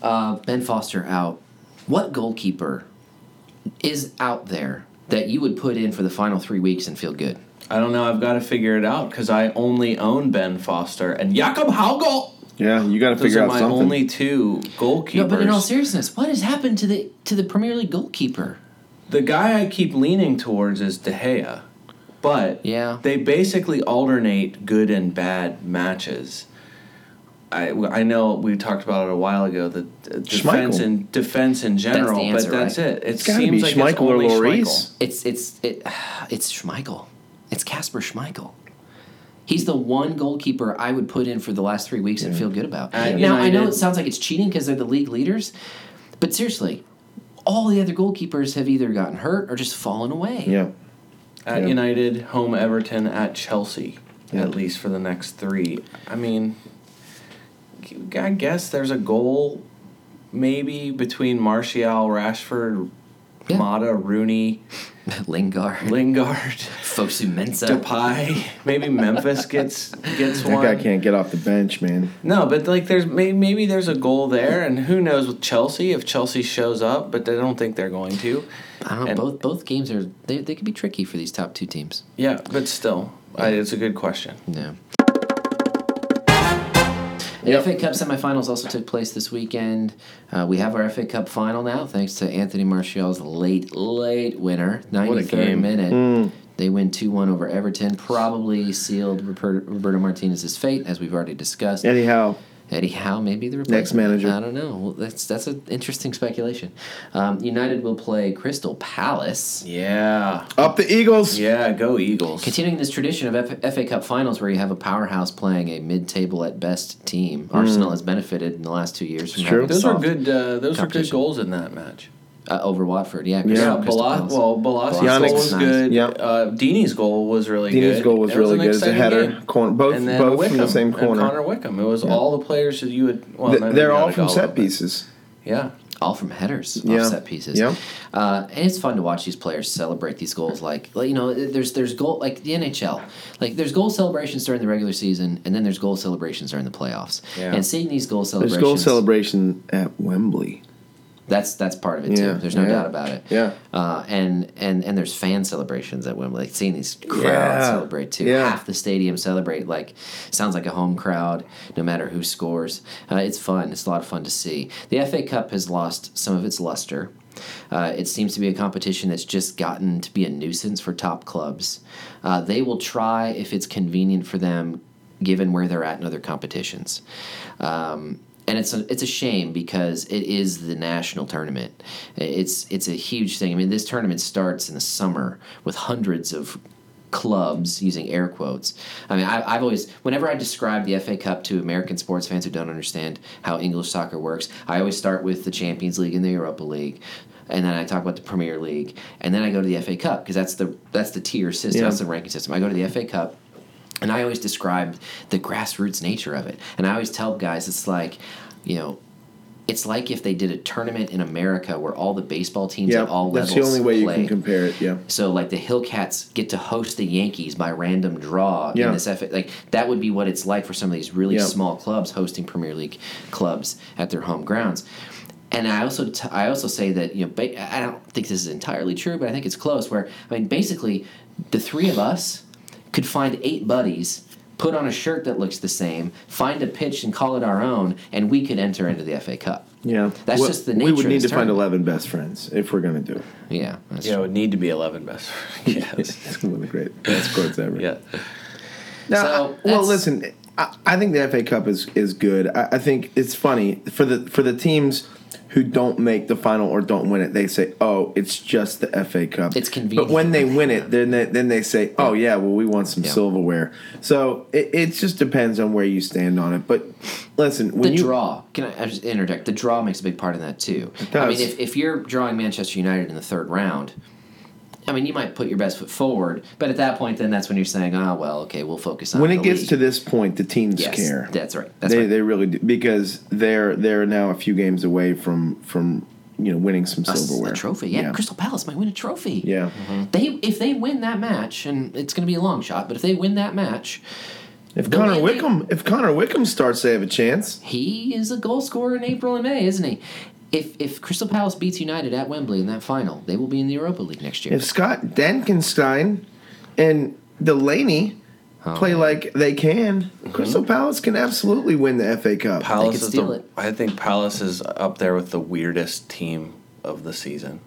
[SPEAKER 3] Uh, ben Foster out. What goalkeeper is out there that you would put in for the final three weeks and feel good?
[SPEAKER 4] I don't know. I've got to figure it out because I only own Ben Foster and Jakob Haugel.
[SPEAKER 2] Yeah, you got to
[SPEAKER 4] Those
[SPEAKER 2] figure
[SPEAKER 4] are
[SPEAKER 2] out
[SPEAKER 4] my
[SPEAKER 2] something.
[SPEAKER 4] only two goalkeepers.
[SPEAKER 3] No, but in all seriousness, what has happened to the to the Premier League goalkeeper?
[SPEAKER 4] the guy I keep leaning towards is De Gea, but
[SPEAKER 3] Yeah.
[SPEAKER 4] they basically alternate good and bad matches. I, I know we talked about it a while ago that uh, defense
[SPEAKER 2] Schmeichel.
[SPEAKER 4] and defense in general,
[SPEAKER 3] answer,
[SPEAKER 4] but that's
[SPEAKER 3] right?
[SPEAKER 4] it. It
[SPEAKER 2] gotta be
[SPEAKER 4] seems like
[SPEAKER 2] Schmeichel
[SPEAKER 4] it's
[SPEAKER 2] or
[SPEAKER 4] only
[SPEAKER 2] Lloris.
[SPEAKER 4] Schmeichel.
[SPEAKER 3] It's it's it, it's Schmeichel. It's Casper Schmeichel. He's the one goalkeeper I would put in for the last three weeks and feel good about.
[SPEAKER 4] At
[SPEAKER 3] now I know
[SPEAKER 4] United-
[SPEAKER 3] it sounds like it's cheating because they're the league leaders, but seriously, all the other goalkeepers have either gotten hurt or just fallen away.
[SPEAKER 2] Yeah,
[SPEAKER 4] at
[SPEAKER 2] Yeah.
[SPEAKER 4] United, home Everton, at Chelsea, at least for the next three. I mean, I guess there's a goal maybe between Martial, Rashford,
[SPEAKER 3] Yeah.
[SPEAKER 4] Mata, Rooney,
[SPEAKER 3] Lingard,
[SPEAKER 4] Lingard,
[SPEAKER 3] Fosu Mensah.
[SPEAKER 4] Depay. Maybe Memphis gets gets
[SPEAKER 2] that
[SPEAKER 4] one.
[SPEAKER 2] guy can't get off the bench, man.
[SPEAKER 4] No, but like there's maybe, maybe there's a goal there, and who knows with Chelsea if Chelsea shows up, but I don't think they're going to.
[SPEAKER 3] I don't know,
[SPEAKER 4] And-
[SPEAKER 3] both both games are they, they can be tricky for these top two teams.
[SPEAKER 4] Yeah, but still, I, it's a good question.
[SPEAKER 3] No. The
[SPEAKER 2] Yep.
[SPEAKER 3] FA Cup semifinals also took place this weekend. Uh, we have our FA Cup final now, thanks to Anthony Martial's late, late winner, 93rd
[SPEAKER 4] game.
[SPEAKER 3] minute.
[SPEAKER 2] Mm.
[SPEAKER 3] They win 2 1 over Everton, probably sealed Roberto, Roberto Martinez's fate, as we've already discussed.
[SPEAKER 2] Anyhow,
[SPEAKER 3] Eddie Howe may be the replacement.
[SPEAKER 2] Next manager.
[SPEAKER 3] I don't know. Well, that's that's an interesting speculation. Um, United will play Crystal Palace.
[SPEAKER 4] Yeah,
[SPEAKER 2] up the Eagles.
[SPEAKER 4] yeah, go Eagles.
[SPEAKER 3] Continuing this tradition of F- FA Cup finals where you have a powerhouse playing a mid table at best team, Arsenal has benefited in the last two years
[SPEAKER 2] Mm.
[SPEAKER 3] from
[SPEAKER 2] It's true.
[SPEAKER 3] having
[SPEAKER 4] Those were
[SPEAKER 3] soft-
[SPEAKER 4] good. Uh, those were good
[SPEAKER 3] competition.
[SPEAKER 4] goals in that match.
[SPEAKER 3] uh, over Watford. Yeah,
[SPEAKER 2] Yeah,
[SPEAKER 4] Yeah,
[SPEAKER 3] Crystal
[SPEAKER 4] Bala-
[SPEAKER 3] Palace.
[SPEAKER 4] well, Balassi's
[SPEAKER 2] Yannick's
[SPEAKER 4] goal was
[SPEAKER 3] nice.
[SPEAKER 4] good.
[SPEAKER 2] Yep.
[SPEAKER 4] Uh, Dini's goal was really
[SPEAKER 2] Dini's
[SPEAKER 4] good.
[SPEAKER 2] goal was
[SPEAKER 4] It
[SPEAKER 2] really
[SPEAKER 4] an
[SPEAKER 2] good. It was a
[SPEAKER 4] exciting
[SPEAKER 2] header,
[SPEAKER 4] game.
[SPEAKER 2] corner- both-
[SPEAKER 4] and then
[SPEAKER 2] both from the
[SPEAKER 4] Wickham
[SPEAKER 2] same corner.
[SPEAKER 4] And Connor Wickham. It was all the players that you would. Well,
[SPEAKER 2] Th-
[SPEAKER 4] maybe
[SPEAKER 2] They're all
[SPEAKER 4] Yannick
[SPEAKER 2] from set
[SPEAKER 4] of them,
[SPEAKER 2] pieces.
[SPEAKER 4] but- Yeah,
[SPEAKER 3] all from headers,
[SPEAKER 2] Yeah.
[SPEAKER 3] off set pieces.
[SPEAKER 2] Yeah.
[SPEAKER 3] Uh, and it's fun to watch these players celebrate these goals. Like, like, you know, there's there's goal like the NHL. Like there's goal celebrations during the regular season, and then there's goal celebrations during the playoffs.
[SPEAKER 4] Yeah.
[SPEAKER 3] And seeing these goal celebrations,
[SPEAKER 2] There's goal celebration at Wembley.
[SPEAKER 3] that's that's part of it too.
[SPEAKER 2] Yeah,
[SPEAKER 3] There's no
[SPEAKER 2] yeah.
[SPEAKER 3] doubt about it.
[SPEAKER 2] Yeah.
[SPEAKER 3] Uh, and and and there's fan celebrations at Wembley. Like, seeing these crowds
[SPEAKER 2] Yeah.
[SPEAKER 3] celebrate too.
[SPEAKER 2] Yeah.
[SPEAKER 3] Half the stadium celebrate. Like sounds like a home crowd. No matter who scores, uh, it's fun. It's a lot of fun to see. The FA Cup has lost some of its luster. Uh, it seems to be a competition that's just gotten to be a nuisance for top clubs. Uh, they will try if it's convenient for them, given where they're at in other competitions. Um, and it's a, it's a shame because it is the national tournament. It's it's a huge thing. I mean, this tournament starts in the summer with hundreds of clubs using air quotes. I mean, I, I've always whenever I describe the FA Cup to American sports fans who don't understand how English soccer works, I always start with the Champions League and the Europa League. And then I talk about the Premier League, and then I go to the FA Cup because that's the that's the tier system,
[SPEAKER 2] Yeah.
[SPEAKER 3] that's the ranking system. I go to the FA Cup, and I always describe the grassroots nature of it. And I always tell guys it's like, you know, it's like if they did a tournament in America where all the baseball teams
[SPEAKER 2] Yeah,
[SPEAKER 3] at all
[SPEAKER 2] that's
[SPEAKER 3] levels
[SPEAKER 2] the only way you
[SPEAKER 3] play.
[SPEAKER 2] can compare it. Yeah,
[SPEAKER 3] So like the Hillcats get to host the Yankees by random draw
[SPEAKER 2] Yeah.
[SPEAKER 3] in this effort. Like that would be what it's like for some of these really
[SPEAKER 2] Yeah.
[SPEAKER 3] small clubs hosting Premier League clubs at their home grounds. And I also t- I also say that you know ba- I don't think this is entirely true, but I think it's close. Where I mean, basically, the three of us could find eight buddies, put on a shirt that looks the same, find a pitch and call it our own, and we could enter into the FA Cup.
[SPEAKER 2] yeah.
[SPEAKER 3] That's
[SPEAKER 2] Well,
[SPEAKER 3] just the nature.
[SPEAKER 2] We would
[SPEAKER 3] of
[SPEAKER 2] need
[SPEAKER 3] this
[SPEAKER 2] to find
[SPEAKER 3] tournament.
[SPEAKER 2] eleven best friends if we're going to do it.
[SPEAKER 3] Yeah, that's
[SPEAKER 4] yeah, it would need to be eleven best. yes.
[SPEAKER 2] It's one of the great best quotes ever.
[SPEAKER 4] Yeah.
[SPEAKER 2] Now,
[SPEAKER 3] So,
[SPEAKER 2] I- well,
[SPEAKER 3] that's-
[SPEAKER 2] listen, I, I think the FA Cup is is good. I, I think it's funny for the for the teams who don't make the final or don't win it. They say, "Oh, it's just the FA Cup."
[SPEAKER 3] It's convenient.
[SPEAKER 2] But when they win it, then they, then they say, "Oh yeah, well we want some
[SPEAKER 3] Yeah.
[SPEAKER 2] silverware." So it, it just depends on where you stand on it. But listen, when
[SPEAKER 3] the
[SPEAKER 2] you
[SPEAKER 3] draw. Can I, I just interject? The draw makes a big part in that too. I
[SPEAKER 2] does.
[SPEAKER 3] mean, if, if you're drawing Manchester United in the third round, I mean, you might put your best foot forward, but at that point, then that's when you're saying, "Ah, well, okay, we'll focus on."
[SPEAKER 2] when
[SPEAKER 3] the
[SPEAKER 2] it gets
[SPEAKER 3] league."
[SPEAKER 2] to this point, the teams
[SPEAKER 3] yes,
[SPEAKER 2] care.
[SPEAKER 3] that's right. That's
[SPEAKER 2] they
[SPEAKER 3] right.
[SPEAKER 2] they really do because they're they're now a few games away from from you know winning some
[SPEAKER 3] Us,
[SPEAKER 2] silverware.
[SPEAKER 3] a trophy. Yeah, Crystal Mm-hmm. Palace might win a trophy.
[SPEAKER 2] Yeah.
[SPEAKER 3] They if they win that match, and it's going to be a long shot, but if they win that match,
[SPEAKER 2] If
[SPEAKER 3] The
[SPEAKER 2] Connor
[SPEAKER 3] way they-
[SPEAKER 2] Wickham, if Connor Wickham starts, they have a chance.
[SPEAKER 3] he is a goal scorer in April and May, isn't he? If if Crystal Palace beats United at Wembley in that final, they will be in the Europa League next year.
[SPEAKER 2] If Scott Dankenstein and Delaney play like they can, Crystal Palace can absolutely win the FA Cup.
[SPEAKER 4] Mm-hmm. Palace
[SPEAKER 3] could
[SPEAKER 4] is
[SPEAKER 3] steal
[SPEAKER 4] the,
[SPEAKER 3] it.
[SPEAKER 4] I think Palace is up there with the weirdest team of the season.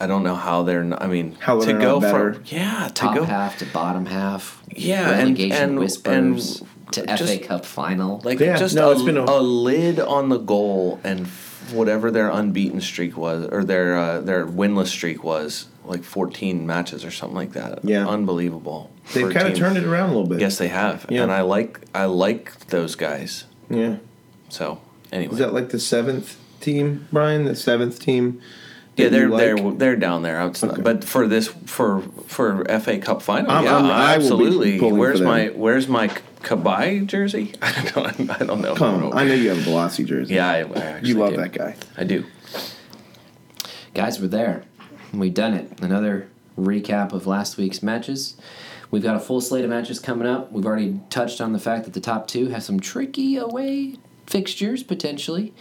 [SPEAKER 4] I don't know how they're. Not, I mean,
[SPEAKER 2] How
[SPEAKER 4] to
[SPEAKER 2] they're
[SPEAKER 4] go
[SPEAKER 2] not better.
[SPEAKER 4] from yeah to
[SPEAKER 3] top
[SPEAKER 4] go
[SPEAKER 3] half to bottom half.
[SPEAKER 4] Yeah, and-
[SPEAKER 3] relegation
[SPEAKER 4] and-
[SPEAKER 3] whispers
[SPEAKER 4] and
[SPEAKER 3] to
[SPEAKER 4] just-
[SPEAKER 3] FA Cup final.
[SPEAKER 4] like
[SPEAKER 2] Yeah,
[SPEAKER 4] just
[SPEAKER 2] no,
[SPEAKER 4] a,
[SPEAKER 2] it's been a-
[SPEAKER 4] a, lid on the goal and whatever their unbeaten streak was or their uh, their winless streak was like 14 matches or something like that.
[SPEAKER 2] Yeah.
[SPEAKER 4] unbelievable.
[SPEAKER 2] They've
[SPEAKER 4] for a
[SPEAKER 2] kind of
[SPEAKER 4] team.
[SPEAKER 2] turned it around a little bit.
[SPEAKER 4] Yes, they have,
[SPEAKER 2] Yeah.
[SPEAKER 4] and I like I like those guys.
[SPEAKER 2] Yeah.
[SPEAKER 4] So anyway,
[SPEAKER 2] Is that like the seventh team, Brian? The seventh team? that
[SPEAKER 4] Yeah, they're
[SPEAKER 2] you like?
[SPEAKER 4] they're they're down there. It's not- but for this for for FA Cup final,
[SPEAKER 2] I'm-
[SPEAKER 4] yeah,
[SPEAKER 2] I'm- I will be
[SPEAKER 4] absolutely.
[SPEAKER 2] pulling for
[SPEAKER 4] Where's
[SPEAKER 2] them.
[SPEAKER 4] my where's my Kabai jersey? I don't know. I don't know.
[SPEAKER 2] Come on, I know you have a Velocity jersey.
[SPEAKER 4] Yeah, I, I actually
[SPEAKER 2] You love
[SPEAKER 4] do.
[SPEAKER 2] that guy.
[SPEAKER 4] I do.
[SPEAKER 3] Guys, we're there. We've done it. Another recap of last week's matches. We've got a full slate of matches coming up. We've already touched on the fact that the top two have some tricky away fixtures potentially,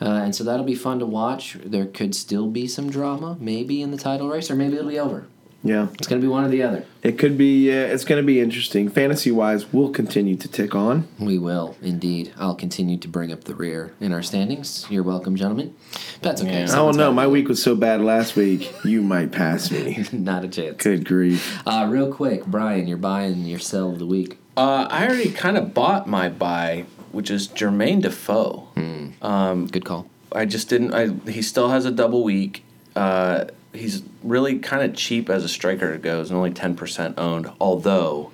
[SPEAKER 3] uh, and so that'll be fun to watch. There could still be some drama, maybe in the title race, or maybe it'll be over.
[SPEAKER 2] Yeah.
[SPEAKER 3] It's going to be one or the other.
[SPEAKER 2] It could be, uh, it's going to be interesting. Fantasy wise, we'll continue to tick on.
[SPEAKER 3] We will indeed. I'll continue to bring up the rear in our standings. You're welcome, gentlemen. That's okay.
[SPEAKER 2] I don't
[SPEAKER 3] Someone's
[SPEAKER 2] know.
[SPEAKER 3] gotta
[SPEAKER 2] My
[SPEAKER 3] do
[SPEAKER 2] week was so bad last week, you might pass me.
[SPEAKER 3] it. Not a chance.
[SPEAKER 2] Good grief.
[SPEAKER 3] Uh, real quick, Brian, you're buying your sell of the week.
[SPEAKER 4] Uh, I already kind of bought my buy, which is Jermaine Defoe.
[SPEAKER 2] Hmm.
[SPEAKER 3] Good call.
[SPEAKER 4] I just didn't. I he still has a double week. Uh, he's really kind of cheap as a striker goes, and only ten percent owned. Although,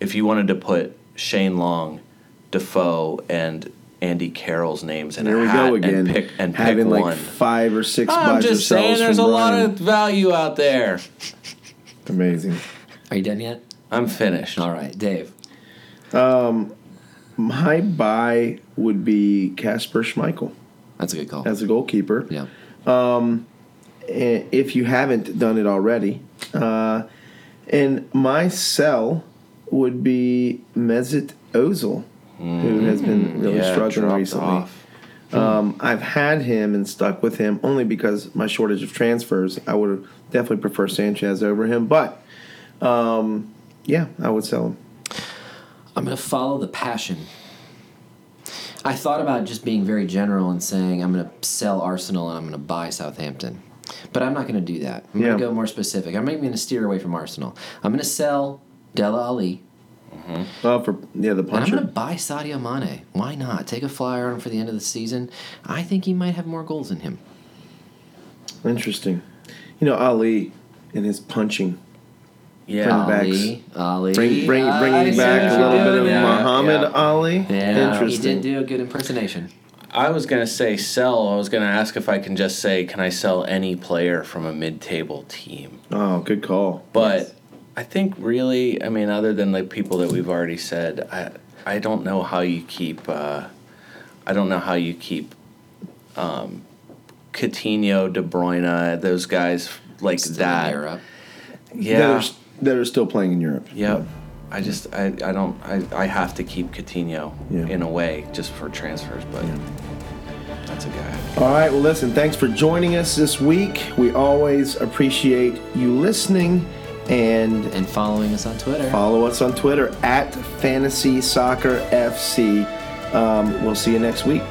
[SPEAKER 4] if you wanted to put Shane Long, Defoe, and Andy Carroll's names in
[SPEAKER 2] There
[SPEAKER 4] a
[SPEAKER 2] we
[SPEAKER 4] hat
[SPEAKER 2] go again.
[SPEAKER 4] and pick and
[SPEAKER 2] having
[SPEAKER 4] pick
[SPEAKER 2] like
[SPEAKER 4] one,
[SPEAKER 2] five or six
[SPEAKER 4] I'm
[SPEAKER 2] buys or
[SPEAKER 4] just saying
[SPEAKER 2] sells
[SPEAKER 4] there's a
[SPEAKER 2] from
[SPEAKER 4] lot
[SPEAKER 2] Brian.
[SPEAKER 4] of value out there.
[SPEAKER 2] amazing.
[SPEAKER 3] Are you done yet?
[SPEAKER 4] I'm finished.
[SPEAKER 3] All right, Dave.
[SPEAKER 2] My buy would be Casper Schmeichel
[SPEAKER 3] That's a good call.
[SPEAKER 2] as a goalkeeper.
[SPEAKER 3] yeah.
[SPEAKER 2] eh, if you haven't done it already. Uh, and my sell would be Mesut Ozil, who has been really
[SPEAKER 4] Mm-hmm. Yeah,
[SPEAKER 2] struggling
[SPEAKER 4] dropped
[SPEAKER 2] recently.
[SPEAKER 4] off.
[SPEAKER 2] Um, I've had him and stuck with him only because my shortage of transfers. I would definitely prefer Sanchez over him, but um, yeah, I would sell him.
[SPEAKER 3] I'm going to follow the passion. I thought about just being very general and saying I'm going to sell Arsenal and I'm going to buy Southampton. But I'm not going to do that. I'm going
[SPEAKER 2] Yeah.
[SPEAKER 3] to go more specific. I'm even going to steer away from Arsenal. I'm going to sell Della Ali.
[SPEAKER 2] Oh, for yeah, the
[SPEAKER 3] And I'm
[SPEAKER 2] puncher.
[SPEAKER 3] going to buy Sadio Mane. Why not? Take a flyer on him for the end of the season. I think he might have more goals in him.
[SPEAKER 2] Interesting. You know Ali and his punching.
[SPEAKER 4] Yeah.
[SPEAKER 2] Bring back-
[SPEAKER 3] Ali, Ali.
[SPEAKER 2] Bring, bring,
[SPEAKER 3] I
[SPEAKER 2] bringing
[SPEAKER 3] see
[SPEAKER 2] back a
[SPEAKER 3] what you're
[SPEAKER 2] little bit of
[SPEAKER 3] doing there.
[SPEAKER 2] Muhammad
[SPEAKER 4] yeah.
[SPEAKER 2] Ali.
[SPEAKER 3] Yeah,
[SPEAKER 2] Interesting.
[SPEAKER 3] he did do a good impersonation.
[SPEAKER 4] I was gonna say sell. I was gonna ask if I can just say, can I sell any player from a mid-table team?
[SPEAKER 2] Oh, good call.
[SPEAKER 4] But I think really, I mean, other than the people that we've already said, I I don't know how you keep. Uh, I don't know how you keep. Um, Coutinho, De Bruyne, those guys like
[SPEAKER 3] Still in
[SPEAKER 4] that.
[SPEAKER 3] Europe.
[SPEAKER 2] That
[SPEAKER 4] Yeah.
[SPEAKER 2] are, that are still playing in Europe.
[SPEAKER 4] Yep. I just I, I don't I, I have to keep Coutinho
[SPEAKER 2] Yeah.
[SPEAKER 4] in a way just for transfers, but that's a guy.
[SPEAKER 2] All right. Well, listen, thanks for joining us this week. We always appreciate you listening and
[SPEAKER 3] And following us on Twitter.
[SPEAKER 2] follow us on Twitter at Fantasy Soccer FC. Um, we'll see you next week.